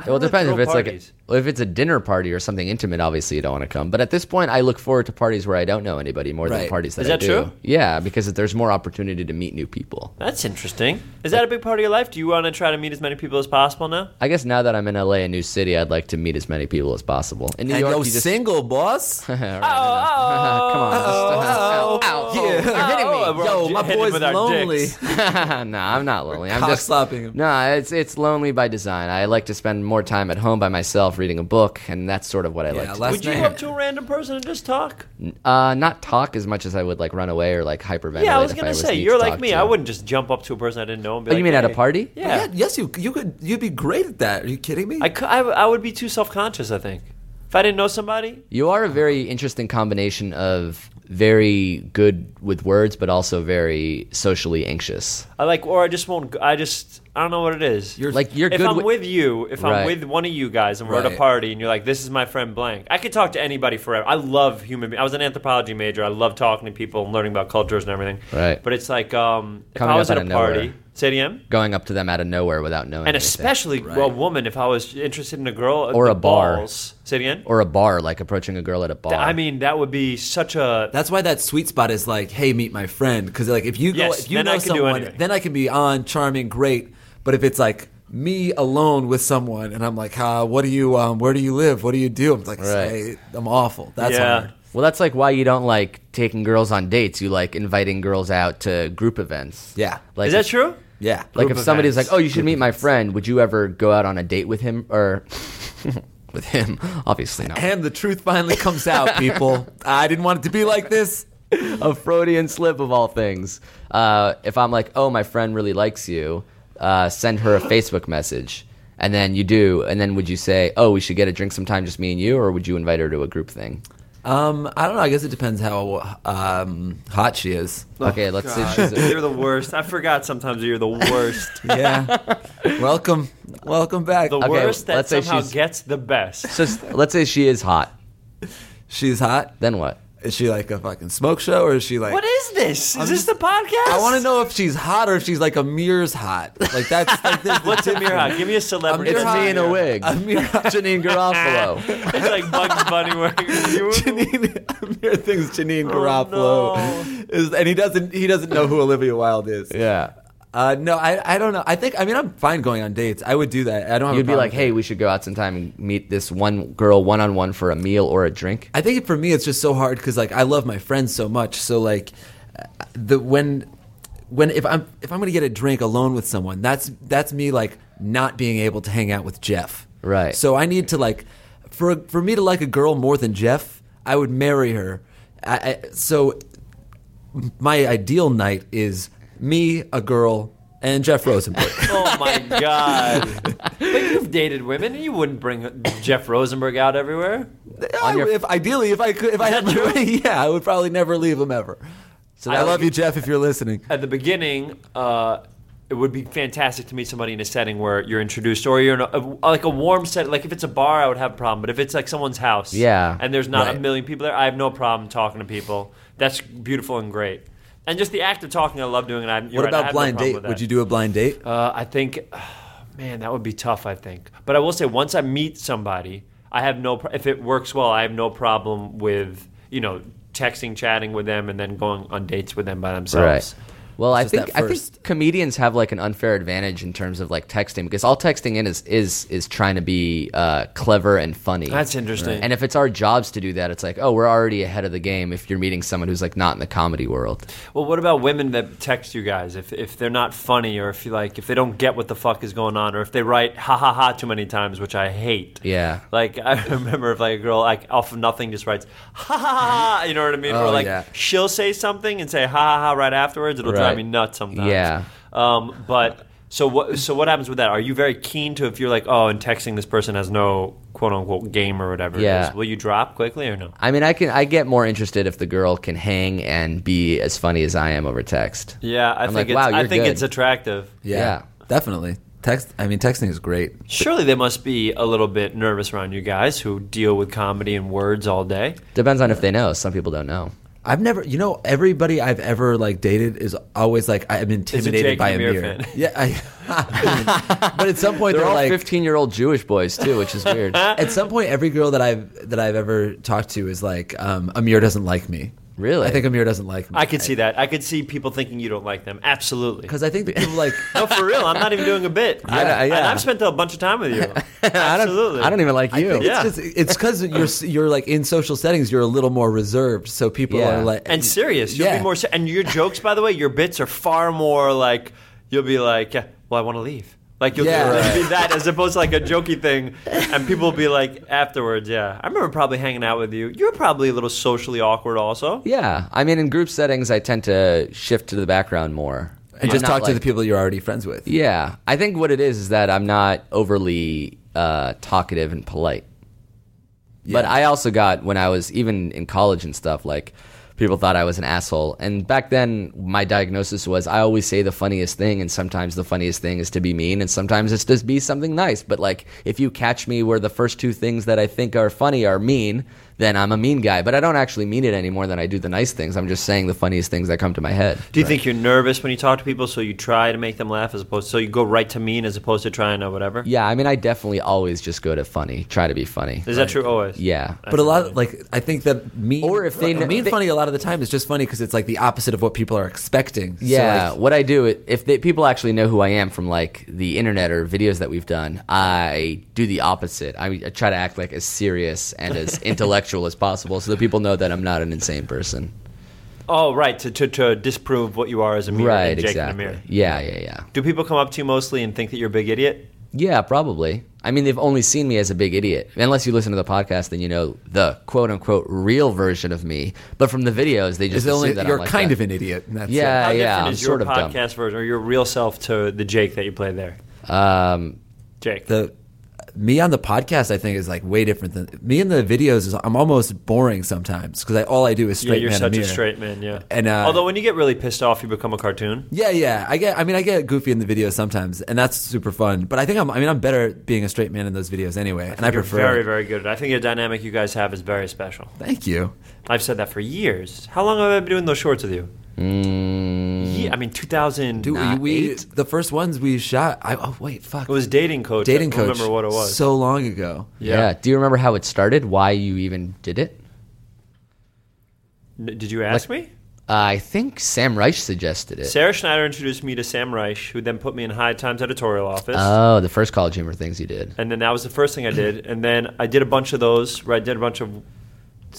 S5: I
S2: Well, it
S5: don't
S2: depends
S5: really
S2: if it's
S5: throw
S2: like a, if it's a dinner party or something intimate. Obviously, you don't want to come. But at this point, I look forward to parties where I don't know anybody more than
S1: Right.
S2: parties that
S5: Is
S2: I
S5: that
S2: do.
S5: true?
S2: Yeah, because there's more opportunity to meet new people.
S5: That's interesting. Is that a big part of your life? Do you want to try to meet as many people as possible now?
S2: I guess now that I'm in LA, a new city, I'd like to meet as many people as possible. In New
S1: and
S2: York,
S1: no
S2: you just
S1: single boss.
S2: come on. uh,
S1: Oh,
S2: Ow,
S1: yeah.
S5: Oh, we're all
S1: Yo, my
S5: hitting
S1: boy's
S5: with our
S1: lonely.
S5: dicks.
S2: no, I'm not lonely. I'm
S1: cock
S2: just
S1: slapping him.
S2: No, it's it's lonely by design. I like to spend more time at home by myself, reading a book, and that's sort of what I like.
S1: Yeah,
S2: To
S1: last
S5: Would you
S1: night.
S5: go up to a random person and just talk?
S2: do. Uh, not talk as much as I would like run away or like hyperventilate.
S5: Yeah, I was
S2: if
S5: gonna say
S2: need
S5: you're
S2: to
S5: like
S2: talk
S5: me.
S2: to.
S5: I wouldn't just jump up to a person I didn't know and be
S2: Oh,
S5: like,
S2: you mean at a
S5: "Hey."
S2: party?
S5: Yeah.
S1: Yeah, yes, you you could you'd be great at that. Are you kidding me?
S5: I, cou- I, I would be too self conscious, I think. If I didn't know somebody,
S2: You are a very interesting combination of very good with words, but also very socially anxious.
S5: I like, or I just won't. go- I just, I don't know what it is.
S1: You're-
S2: Like you're
S5: if
S2: good.
S5: I'm
S2: with,
S5: with you, if
S2: Right.
S5: I'm with one of you guys and we're at
S1: Right.
S5: a party and you're like, this is my friend blank, I could talk to anybody forever. I love human beings. I was an anthropology major. I love talking to people and learning about cultures and everything.
S2: Right.
S5: But it's like, um, if
S2: Coming
S5: I was
S2: up
S5: at
S2: out
S5: a
S2: of
S5: party,
S2: nowhere.
S5: say it again?
S2: going up to them out of nowhere without knowing,
S5: And
S2: anything.
S5: especially a woman, if I was interested in a girl uh,
S2: Or
S5: the
S2: a bar.
S5: balls. Say it again?
S2: or a bar, like approaching a girl at a bar.
S5: I mean, that would be such a.
S1: That's why that sweet spot is like, hey, meet my friend. Because like if you go,
S5: Yes,
S1: if you
S5: then
S1: know
S5: I can do
S1: someone,
S5: anything.
S1: then I can be on, charming, great. But if it's like me alone with someone, and I'm like, uh, what do you, um, where do you live? What do you do? I'm like,
S2: Right.
S1: hey, I'm awful. That's
S5: Yeah.
S1: hard.
S2: Well, that's like why you don't like taking girls on dates. You like inviting girls out to group events.
S1: Yeah.
S2: Like,
S5: is that true?
S1: Yeah.
S2: Like
S5: Group
S2: if somebody's
S5: events.
S2: like, "Oh, you should meet my friend," would you ever go out on a date with him or with him? Obviously not.
S1: and the truth finally comes out, people. I didn't want it to be like this.
S2: a Freudian slip of all things. Uh, if I'm like, "Oh, my friend really likes you," uh, send her a Facebook message, and then you do, and then would you say, "Oh, we should get a drink sometime, just me and you," or would you invite her to a group thing?
S1: Um, I don't know. I guess it depends how um, hot she is.
S2: okay, let's say she's. A,
S5: you're the worst. I forgot sometimes you're the worst.
S1: Yeah. welcome, welcome back.
S5: The worst that
S2: let's say
S5: somehow
S2: she's-
S5: gets the best.
S2: so s- let's say she is hot.
S1: She's hot.
S2: Then what?
S1: Is she like a fucking smoke show, or is she like?
S5: What is this? Is this the podcast?
S1: I want to know if she's hot or if she's like a mirror's hot. Like that's like this.
S5: What's Amir Hot? Give me a celebrity.
S1: Amir
S2: It's
S5: that's
S1: Hot.
S2: me in a
S5: Amir.
S2: wig.
S1: Amir Hot.
S2: Janine Garofalo.
S5: It's like Bugs Bunny wearing.
S1: Janine, Amir thinks Janine
S5: Oh,
S1: Garofalo is, and he doesn't. He doesn't know who Olivia Wilde is.
S2: yeah.
S1: Uh, no, I, I don't know. I think. I mean, I'm fine going on dates. I would do that. I don't. Have a
S2: You'd be
S1: problem
S2: like,
S1: with
S2: hey,
S1: it.
S2: we should go out sometime and meet this one girl one on one for a meal or a drink.
S1: I think for me, it's just so hard because like I love my friends so much. So like uh, the when when if I'm if I'm gonna get a drink alone with someone, that's that's me like not being able to hang out with Jeff.
S2: Right.
S1: So I need to like for for me to like a girl more than Jeff, I would marry her. I, I, so my ideal night is me, a girl, and Jeff Rosenberg.
S5: oh my god! But you've dated women, and you wouldn't bring Jeff Rosenberg out everywhere.
S1: I, if ideally, if I could, if I had my way, yeah, I would probably never leave him ever. So I
S5: that-
S1: love you, Jeff, if you're listening.
S5: At the beginning, uh, it would be fantastic to meet somebody in a setting where you're introduced, or you're in a, like a warm setting. Like if it's a bar, I would have a problem, but if it's like someone's house,
S2: Yeah.
S5: and there's not a
S1: Right.
S5: million people there, I have no problem talking to people. That's beautiful and great. And just the act of talking, I love doing it. I,
S1: What about blind date? Would you do a blind date?
S5: Uh, I think, man, that would be tough. I think, but I will say, once I meet somebody, I have no. Pro- if it works well, I have no problem with you know texting, chatting with them, and then going on dates with them by themselves.
S2: Well, I
S6: It's just
S2: think
S6: that
S2: I think
S6: first-
S2: comedians have like an unfair advantage in terms of like texting because all texting in is is is trying to be uh, clever and funny.
S5: That's interesting.
S2: And if it's our jobs to do that, it's like, oh, we're already ahead of the game. If you're meeting someone who's like not in the comedy world,
S5: Well, what about women that text you guys? If if they're not funny, or if you like, if they don't get what the fuck is going on, or if they write ha ha ha too many times, which I hate.
S2: Yeah.
S5: Like I remember if like a girl like off of nothing just writes ha ha ha, ha, you know what I mean? or like
S2: Oh, yeah.
S5: she'll say something and say ha ha ha right afterwards. It'll drive
S2: Right.
S5: me nuts sometimes.
S2: Yeah.
S5: Um, but. So what? So what happens with that? Are you very keen to if you're like, oh, and texting this person has no quote unquote game or whatever? it
S2: Yeah.
S5: is, Will you drop quickly or no?
S2: I mean, I can I get more interested if the girl can hang and be as funny as I am over text.
S5: Yeah, I
S2: I'm
S5: think
S2: like,
S5: it's,
S2: wow,
S5: I
S2: you're
S5: think
S2: good.
S5: it's attractive.
S2: Yeah.
S1: Definitely. Text. I mean, texting is great.
S5: Surely they must be a little bit nervous around you guys who deal with comedy and words all day.
S2: Depends on if they know. Some people don't know.
S1: I've never, you know, everybody I've ever like dated is always like I'm intimidated
S5: Jake
S1: by
S5: Amir
S1: Amir.
S5: fan.
S1: Yeah, I, but at some point
S2: They're
S1: they're,
S2: all
S1: like,
S2: 15 year old Jewish boys too, which is weird.
S1: at some point every girl that I've that I've ever talked to is like, um, Amir doesn't like me.
S2: Really?
S1: I think Amir doesn't like me.
S5: I could see that. I could see people thinking you don't like them. Absolutely.
S1: because I think that people like.
S5: No, for real. I'm not even doing a bit. I,
S2: Yeah,
S5: and
S2: yeah.
S5: I've spent a bunch of time with you. Absolutely.
S2: I don't even like you.
S5: Yeah.
S1: It's just- It's because you're you're like in social settings you're a little more reserved, so people
S2: Yeah.
S1: are like
S5: And serious. You'll
S1: Yeah.
S5: be more. se- And your jokes, by the way, your bits are far more like you'll be like, "Yeah, "Well, I want to leave." Like you'll
S1: Yeah.
S5: it'll be that as opposed to like a jokey thing, and people will be like afterwards. Yeah, I remember probably hanging out with you. You're probably a little socially awkward, also.
S2: Yeah, I mean, in group settings, I tend to shift to the background more
S1: and just
S2: I'm not
S1: talk to the
S2: like-
S1: people you're already friends with.
S2: Yeah, I think what it is is that I'm not overly uh, talkative and polite. But I also got when I was even in college and stuff like people thought I was an asshole. And back then my diagnosis was I always say the funniest thing and sometimes the funniest thing is to be mean and sometimes it's to be something nice. But like if you catch me where the first two things that I think are funny are mean, then I'm a mean guy. But I don't actually mean it any more than I do the nice things. I'm just saying the funniest things that come to my head.
S5: Do you think you're nervous when you talk to people, so you try to make them laugh as opposed, so you go right to mean as opposed to trying to whatever?
S2: Yeah, I mean I definitely always just go to funny, try to be funny.
S5: Is that true Oh, always?
S2: Yeah.
S1: But a lot of like I think that mean
S2: Or if they-
S1: mean
S2: they-
S1: funny a lot of the time is just funny because it's like the opposite of what people are expecting. So,
S2: Yeah,
S1: like,
S2: what I do i- if they, people actually know who I am from like the internet or videos that we've done, I do the opposite. I, I try to act like as serious and as intellectual as possible, so that people know that I'm not an insane person.
S5: Oh, right. To, to, to disprove what you are as a mirror.
S2: right?
S5: and Jake
S2: exactly.
S5: And Amir.
S2: Yeah, yeah, yeah,
S5: Do people come up to you mostly and think that you're a big idiot?
S2: yeah. Probably. I mean, they've only seen me as a big idiot. Unless you listen to the podcast, then you know the quote unquote real version of me. But from the videos, they
S1: it's
S2: just
S1: the
S2: assume
S1: only
S2: that
S1: you're
S2: I'm like
S1: kind
S2: that.
S1: of an idiot. And that's
S2: Yeah,
S5: How
S2: yeah.
S5: different
S2: I'm
S5: is your
S2: sort of dumb.
S5: podcast version or your real self to the Jake that you play there?
S2: Um,
S5: Jake.
S1: it. the me on the podcast I think is like way different than me in the videos is I'm almost boring sometimes because I, all I do is
S5: yeah,
S1: straight.
S5: you're
S1: man
S5: such a
S1: Amir.
S5: straight man, yeah.
S1: And, uh,
S5: Although when you get really pissed off, you become a cartoon.
S1: Yeah, yeah. I get. I mean, I get goofy in the videos sometimes, and that's super fun. But I think I'm. I mean, I'm better at being a straight man in those videos anyway, and I
S5: You're
S1: prefer.
S5: very,
S1: it.
S5: very good. I think the dynamic you guys have is very special.
S1: Thank you.
S5: I've said that for years. How long have I been doing those shorts with you?
S2: mm,
S5: Yeah, I mean, 2000.
S1: Dude,
S2: Nah,
S1: we, we
S2: eight?
S1: the first ones we shot. I oh wait, fuck.
S5: It was dating coach.
S1: dating
S5: I
S1: coach.
S5: don't remember what it was.
S1: So long ago.
S2: yeah. Do you remember how it started? Why you even did it?
S5: N- Did you ask me?
S2: I think Sam Reich suggested it.
S5: Sarah Schneider introduced me to Sam Reich, who then put me in High Times editorial office.
S2: Oh, the first college humor things you did.
S5: and then that was the first thing I did. And then I did a bunch of those. Right, did a bunch of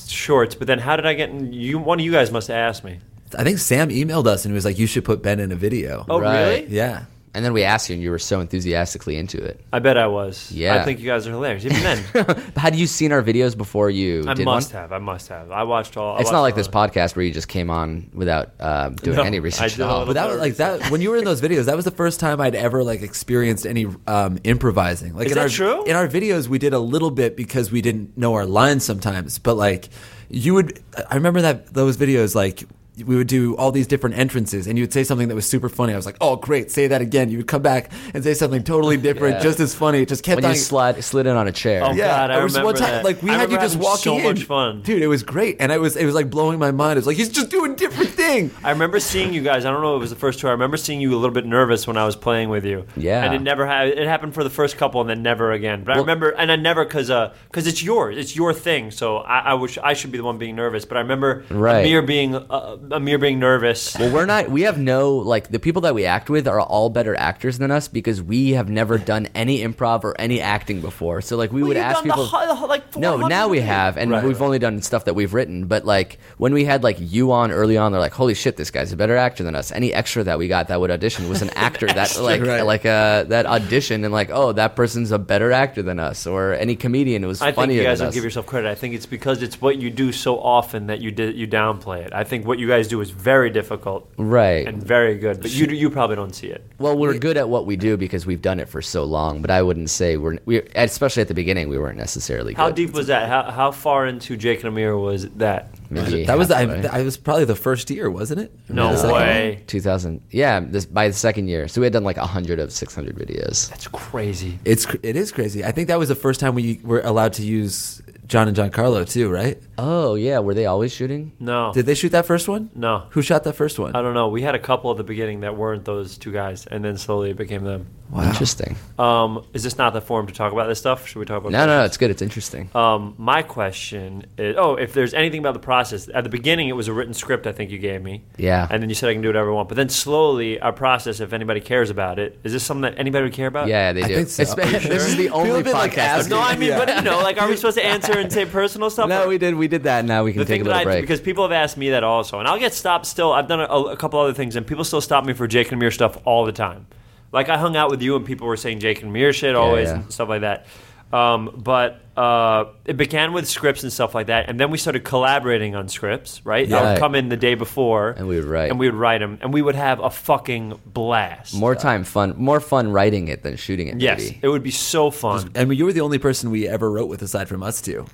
S5: shorts. But then how did I get? In, you one of you guys must have asked me.
S1: I think Sam emailed us and he was like, "You should put Ben in a video."
S5: Oh
S2: Right.
S5: really?
S1: yeah.
S2: And then we asked you, and you were so enthusiastically into it.
S5: I bet I was.
S2: Yeah.
S5: I think you guys are hilarious. Even then,
S2: Had you seen our videos before you
S5: I
S2: did
S5: must
S2: one?
S5: have. I must have. I watched all. I
S2: It's not
S5: watched
S2: like
S5: all
S2: this
S5: of
S2: podcast where you just came on without uh, doing
S5: No,
S2: any
S5: I
S2: research
S5: did
S2: at
S5: a
S2: all.
S5: little
S1: But that was like that when you were in those videos. That was the first time I'd ever like experienced any um, improvising. Like
S5: Is
S1: in
S5: that
S1: our,
S5: true?
S1: In our videos, we did a little bit because we didn't know our lines sometimes. But like you would, I remember that those videos like. We would do all these different entrances, and you would say something that was super funny. I was like, "Oh, great! Say that again." You would come back and say something totally different,
S2: Yeah.
S1: just as funny. It just kept
S2: When you
S1: on.
S2: slid, slid in on a chair.
S5: Oh, God, I
S1: it was
S5: remember
S1: one time,
S5: that.
S1: Like we
S5: I
S1: had you
S5: remember
S1: just
S5: having
S1: walking
S5: so
S1: in.
S5: much fun.
S1: dude. It was great, and I was it was like blowing my mind. It was like he's just doing different thing.
S5: I remember seeing you guys. I don't know. if It was the first tour. I remember seeing you a little bit nervous when I was playing with you.
S2: Yeah.
S5: and it never ha- it happened for the first couple, and then never again. But I remember, and I never uh, because because it's yours, it's your thing. So I, I wish I should be the one being nervous. But I remember
S2: Right.
S5: Amir being uh, Amir being nervous.
S2: Well, we're not. We have no like the people that we act with are all better actors than us because we have never done any improv or any acting before. So like we would
S5: you've
S2: ask
S5: done the
S2: people.
S5: hu- the hu- like
S2: no,
S5: 400
S2: now we
S5: of these.
S2: have, and
S5: Right,
S2: we've
S5: right.
S2: only done stuff that we've written. But like when we had like you on early on, they're like, "Holy shit, this guy's a better actor than us." Any extra that we got that would audition was an actor that like
S1: right.
S2: like uh, that audition and like, oh, that person's a better actor than us, or any comedian was
S5: I think
S2: funnier
S5: you guys
S2: than
S5: don't
S2: us.
S5: give yourself credit. I think it's because it's what you do so often that you did you downplay it. I think what you guys do is very difficult,
S2: Right.
S5: and very good, but you you probably don't see it.
S2: Well, we're good at what we do because we've done it for so long, but I wouldn't say we're we especially at the beginning we weren't necessarily
S5: How
S2: good.
S5: deep was that? How, how far into Jake and Amir was that?
S2: Maybe
S1: that was the, I,
S2: halfway.
S1: that was probably the first year, wasn't it?
S5: No
S1: The second
S5: way.
S2: 2000. Yeah, this by the second year. So we had done like 100 of 600 videos.
S5: That's crazy.
S1: It's cr- it is crazy. I think that was the first time we were allowed to use John and John Carlo too, right?
S2: Oh, yeah, were they always shooting?
S5: No,
S1: Did they shoot that first one?
S5: No.
S1: Who shot that first one?
S5: I don't know. We had a couple at the beginning that weren't those two guys, and then slowly it became them.
S2: Wow. Interesting.
S5: Um, is this not the forum to talk about this stuff? Should we talk about
S2: No, no, it's good. It's interesting.
S5: Um, my question is oh, if there's anything about the process, at the beginning it was a written script I think you gave me.
S2: Yeah.
S5: And then you said I can do whatever I want. But then slowly our process, if anybody cares about it, is this something that anybody would care about?
S2: yeah, they
S1: I
S2: do.
S1: think so.
S2: It's-
S1: Are you
S2: this is the only
S1: bit, like,
S2: podcast.
S5: No, I mean,
S1: Yeah.
S5: but you know, like, are we supposed to answer and say personal stuff?
S2: no,
S5: or-
S2: we did. We did that. Now we can
S5: the
S2: take
S5: thing
S2: a
S5: that
S2: little
S5: I
S2: break.
S5: because people have asked me that also, and I'll get stopped still. I've done a, a couple other things, and people still stop me for Jake and Amir stuff all the time. Like I hung out with you, and people were saying Jake and Amir shit always
S2: yeah.
S5: and stuff like that. Um, but uh, it began with scripts and stuff like that, and then we started collaborating on scripts. Right? I
S2: Yeah.
S5: would come in the day before,
S2: And we would write.
S5: and we would write them, and we would have a fucking blast.
S2: more time fun. More fun writing it than shooting it.
S5: yes,
S2: maybe.
S5: it would be so fun
S1: And you were the only person we ever wrote with aside from us two.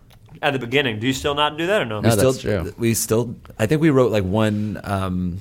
S5: at the beginning. Do you still not do that or no?
S2: No,
S1: still,
S2: that's true.
S1: We still, I think we wrote like one, um,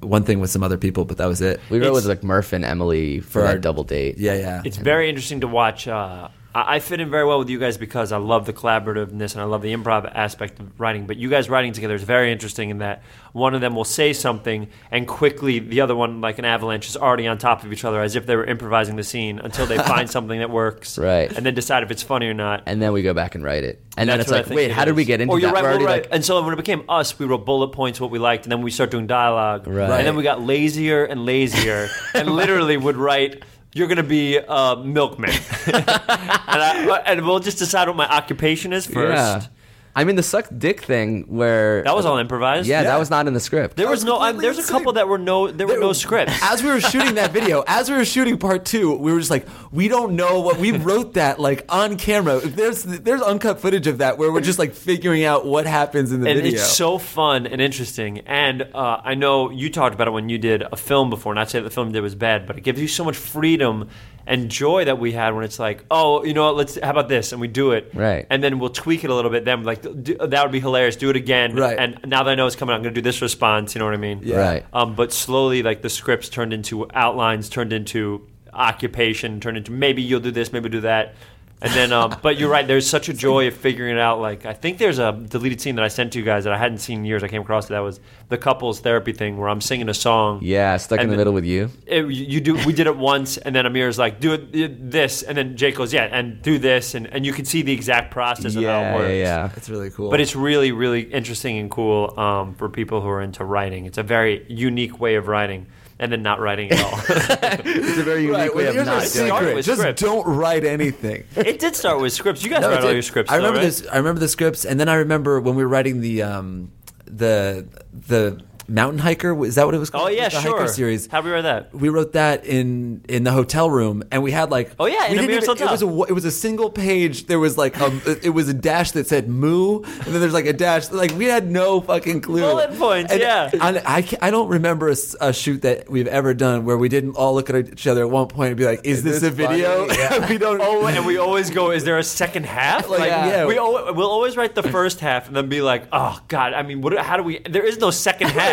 S1: one thing with some other people, but that was it.
S2: We wrote with
S5: It's-
S2: like Murph and Emily for,
S1: For
S2: that
S1: our-
S2: double date.
S1: yeah, yeah.
S5: It's very interesting to watch. Uh, I, I fit in very well with you guys because I love the collaborativeness and I love the improv aspect of writing. But you guys writing together is very interesting in that one of them will say something and quickly the other one, like an avalanche, is already on top of each other as if they were improvising the scene until they find something that works,
S2: Right.
S5: And then decide if it's funny or not.
S2: And then we go back and write it. And then
S5: That's
S2: it's
S5: what I
S2: like,
S5: think
S2: wait,
S5: it
S2: how did we
S5: is.
S2: get into
S5: or you're
S2: that?
S5: Right,
S2: We're
S5: well,
S2: already,
S5: right.
S2: like-
S5: and so when it became us, we wrote bullet points what we liked, and then we start doing dialogue,
S2: Right.
S5: and then we got lazier and lazier, and literally would write. You're gonna be a milkman, and, I, and we'll just decide what my occupation is first.
S2: Yeah. I mean, the suck dick thing where
S5: That was all improvised.
S2: Yeah, that was not in the script.
S5: There
S1: was
S5: was no. I,
S1: completely
S5: there's a
S1: insane.
S5: couple that were no. There were no scripts.
S1: As we were shooting that video, as we were shooting part two, we were just like, we don't know what we wrote that like on camera. There's there's uncut footage of that where we're just like figuring out what happens in the
S5: and
S1: video.
S5: it's so fun and interesting. And uh, I know you talked about it when you did a film before. Not to say that the film you did was bad, but it gives you so much freedom and joy that we had when it's like, oh, you know what? Let's how about this, and we do it,
S2: Right.
S5: And then we'll tweak it a little bit. Then like d- that would be hilarious. Do it again,
S1: Right.
S5: And now that I know it's coming, I'm going to do this response. You know what I mean?
S1: Yeah.
S2: Right.
S5: Um, but slowly, like the scripts turned into outlines, turned into occupation, turned into maybe you'll do this, maybe do that. And then, um, but you're right. There's such a joy of figuring it out. Like I think there's a deleted scene that I sent to you guys that I hadn't seen in years. I came across it. That was the couples therapy thing where I'm singing a song.
S2: Yeah, stuck in
S5: And
S2: the
S5: then-
S2: middle with you.
S5: It- you do. We did it once, and then Amir's like, "Do it, it- this," and then Jake goes, "Yeah," and do this, and, and you can see the exact process of how it
S2: Yeah,
S5: works.
S2: yeah, yeah.
S1: it's really cool.
S5: But it's really, really interesting and cool um, for people who are into writing. It's a very unique way of writing, and then not writing at all.
S2: It's a very unique
S1: Right, well,
S2: way of
S1: here's
S2: not
S1: our
S2: doing
S5: it. Start
S1: secret.
S5: with
S1: Just
S5: scripts.
S1: don't write anything.
S5: it did start with scripts. You guys
S1: No, it
S5: write all
S1: did.
S5: your scripts.
S1: I remember
S5: though, right?
S1: this. I remember the scripts, and then I remember when we were writing the um, the the mountain hiker. Is that what it was
S5: Oh
S1: called?
S5: yeah,
S1: the
S5: sure.
S1: Hiker series.
S5: How we write that?
S1: we wrote that in in the hotel room, and we had like
S5: Oh, yeah, in
S1: we didn't
S5: Amir's
S1: even-
S5: hotel.
S1: It was a wa- it was a single page. There was like um, it was a dash that said moo, and then there's like a dash. Like we had no fucking clue.
S5: Bullet points,
S1: And
S5: yeah.
S1: I, I, ca- I don't remember a, s- a shoot that we've ever done where we didn't all look at each other at one point and be like, "Is this,
S2: this
S1: a video?"
S2: funny?
S1: we don't.
S5: Oh, and we always go. Is there a second half?
S1: Like, yeah.
S5: we al- we'll always write the first half and then be like, oh god. I mean, what? How do we? There is no second half.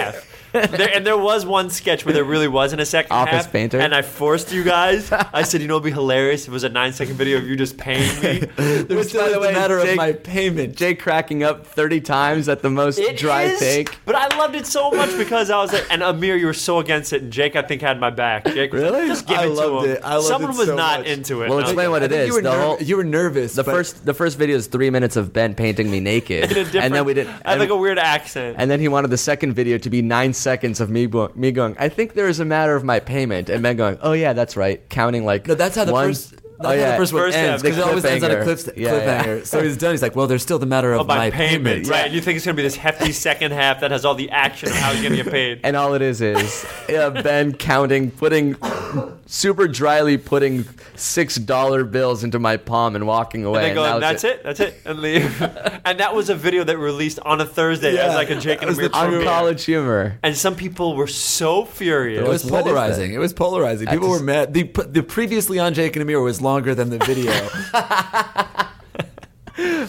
S5: There, and there was one sketch where there really wasn't a second
S2: Office
S5: half,
S2: painter.
S5: and I forced you guys. I said, you know, it'd be hilarious. if It was a nine-second video of you just paying me.
S1: It was
S2: Which, by
S1: still
S2: the
S1: the
S2: way,
S1: matter
S2: Jake-
S1: of my payment.
S2: Jake cracking up 30 times at the most
S5: It
S2: dry
S5: is,
S2: take.
S5: But I loved it so much because I was like, and Amir, you were so against it, and Jake, I think, had my back. Jake, was like,
S1: Really?
S5: Just give
S1: I
S5: it
S1: loved
S5: to him.
S1: it. I loved
S5: Someone
S1: it
S5: was
S1: so
S5: not
S1: much.
S2: Well,
S5: into it. And I was
S2: explain what
S1: I
S2: it
S1: think
S2: is.
S1: You were,
S2: The
S1: nerv-
S2: whole-
S1: you were nervous.
S2: The
S1: but-
S2: first the first video is three minutes of Ben painting me naked,
S5: in a different-
S2: and then we did.
S5: I had
S2: and-
S5: like a weird accent.
S2: And then he wanted the second video to be nine seconds of me, bo- me going, I think there is a matter of my payment. And Ben going, oh, yeah, that's right. Counting like.
S1: No, that's how the
S2: one-
S1: first. That's how the first one
S5: First half,
S1: ends because
S2: the
S1: it always ends on a
S2: cliffhanger.
S1: cliff,
S2: Yeah, yeah.
S1: cliffhanger. So he's done. He's like, "Well, there's still the matter of
S5: Of my
S1: payment."
S5: Oh, payment, right? And you think it's gonna be this hefty second half that has all the action of how he's gonna get paid?
S2: And all it is is uh, Ben counting, putting, super dryly putting $6 bills into my palm and walking away.
S5: And they
S2: and
S5: go,
S2: that was
S5: that's it. that's it, and leave. and that was a video that released on a Thursday as
S1: Yeah,
S5: like a Jake and
S1: was
S5: Amir
S1: the
S2: On
S5: premiere.
S2: college humor.
S5: And some people were so furious.
S1: It was
S2: What is that?
S1: polarizing. It was polarizing. People
S2: just-
S1: were mad. The the previously on Jake and Amir was longer than the video.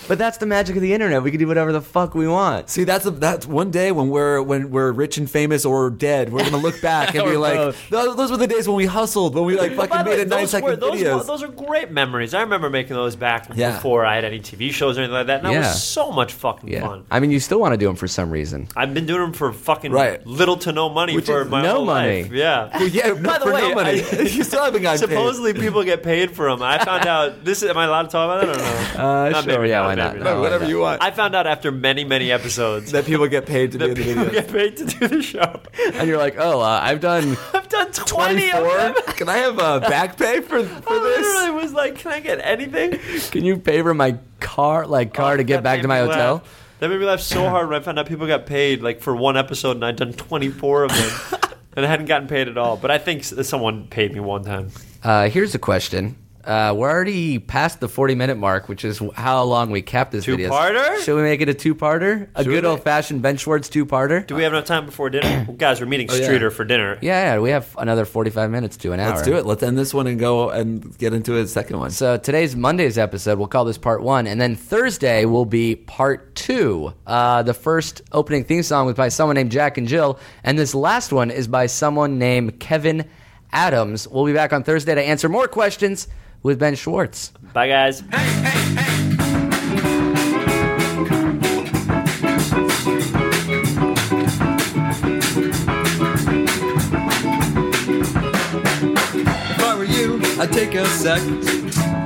S2: But that's the magic of the internet. We can do whatever the fuck we want.
S1: See, that's a, that's one day when we're when we're rich and famous or dead, we're gonna look back and be
S2: Or
S1: like,
S2: both.
S1: "Those those were the days when we hustled, when we like
S5: Oh, By
S1: fucking
S5: the
S1: made
S5: way,
S1: a nine
S5: those, were,
S1: second
S5: those,
S1: videos."
S5: were- those are great memories. I remember making those back
S1: Yeah.
S5: before I had any TV shows or anything like that. And that
S2: Yeah.
S5: was so much fucking
S2: Yeah.
S5: fun.
S2: I mean, you still want to do them for some reason.
S5: I've been doing them for fucking
S1: Right.
S5: little to no money
S2: Which
S5: for
S2: is
S5: my
S2: no
S5: whole
S2: money.
S5: life. Yeah.
S1: Well, yeah,
S5: By the
S1: for
S5: way,
S1: no money.
S5: I-
S1: you still haven't gotten
S5: Supposedly people get paid for them. I found out this. Am I allowed to talk about it? I don't know.
S2: Uh, sure,
S5: Not maybe
S2: yeah,
S5: not,
S2: why not?
S5: maybe
S1: paid.
S5: No,
S1: whatever you want.
S5: I found out after many, many episodes
S1: that people get paid to be in
S5: that
S1: the
S5: people
S1: video.
S5: get paid to do the show.
S2: And you're like, oh, uh, I've done
S5: I've done twenty of them.
S2: four.
S1: Can I have Oh, a back pay for for
S5: I
S1: this?
S5: literally was like, "Can I get anything?"
S2: Can you pay for my car, like
S1: Oh,
S2: car, to get
S5: Oh, That
S2: back
S5: made
S2: to my
S5: me
S2: hotel?
S5: laugh. That made me laugh so hard when I found out people got paid like for one episode, and I'd done twenty four of them, and I hadn't gotten paid at all. But I think s- someone paid me one time.
S2: Uh, here's a question. Uh, we're already past the 40 minute mark, which is how long we capped this video.
S5: Two-parter?
S2: Should we make it a two parter? A good old fashioned Ben Schwartz two parter?
S5: Do we have enough time before dinner, Well, guys? We're meeting
S1: yeah.
S5: Streeter for dinner.
S2: Oh, Yeah, yeah, we have another 45 minutes to an hour.
S1: Let's do it. Let's end this one and go and get into a second one.
S2: So today's Monday's episode, we'll call this part one, and then Thursday will be part two. Uh, the first opening theme song was by someone named Jack and Jill, and this last one is by someone named Kevin Adams. We'll be back on Thursday to answer more questions with Ben Schwartz.
S5: Bye, guys.
S7: If I were you, I'd take a sec.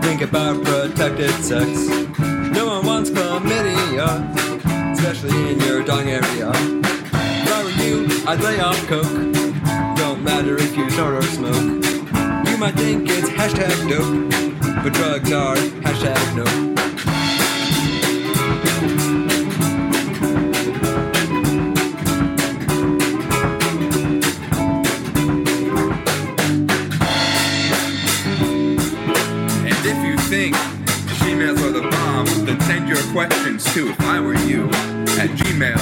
S7: Think about protected sex. No one wants chlamydia, especially in your dong area. If I were you, I'd lay off coke. Don't matter if you snort or smoke. You might think it's hashtag dope, but drugs are hashtag nope.
S8: And if you think females are the bomb, then send your questions to if I were you at gmail.com.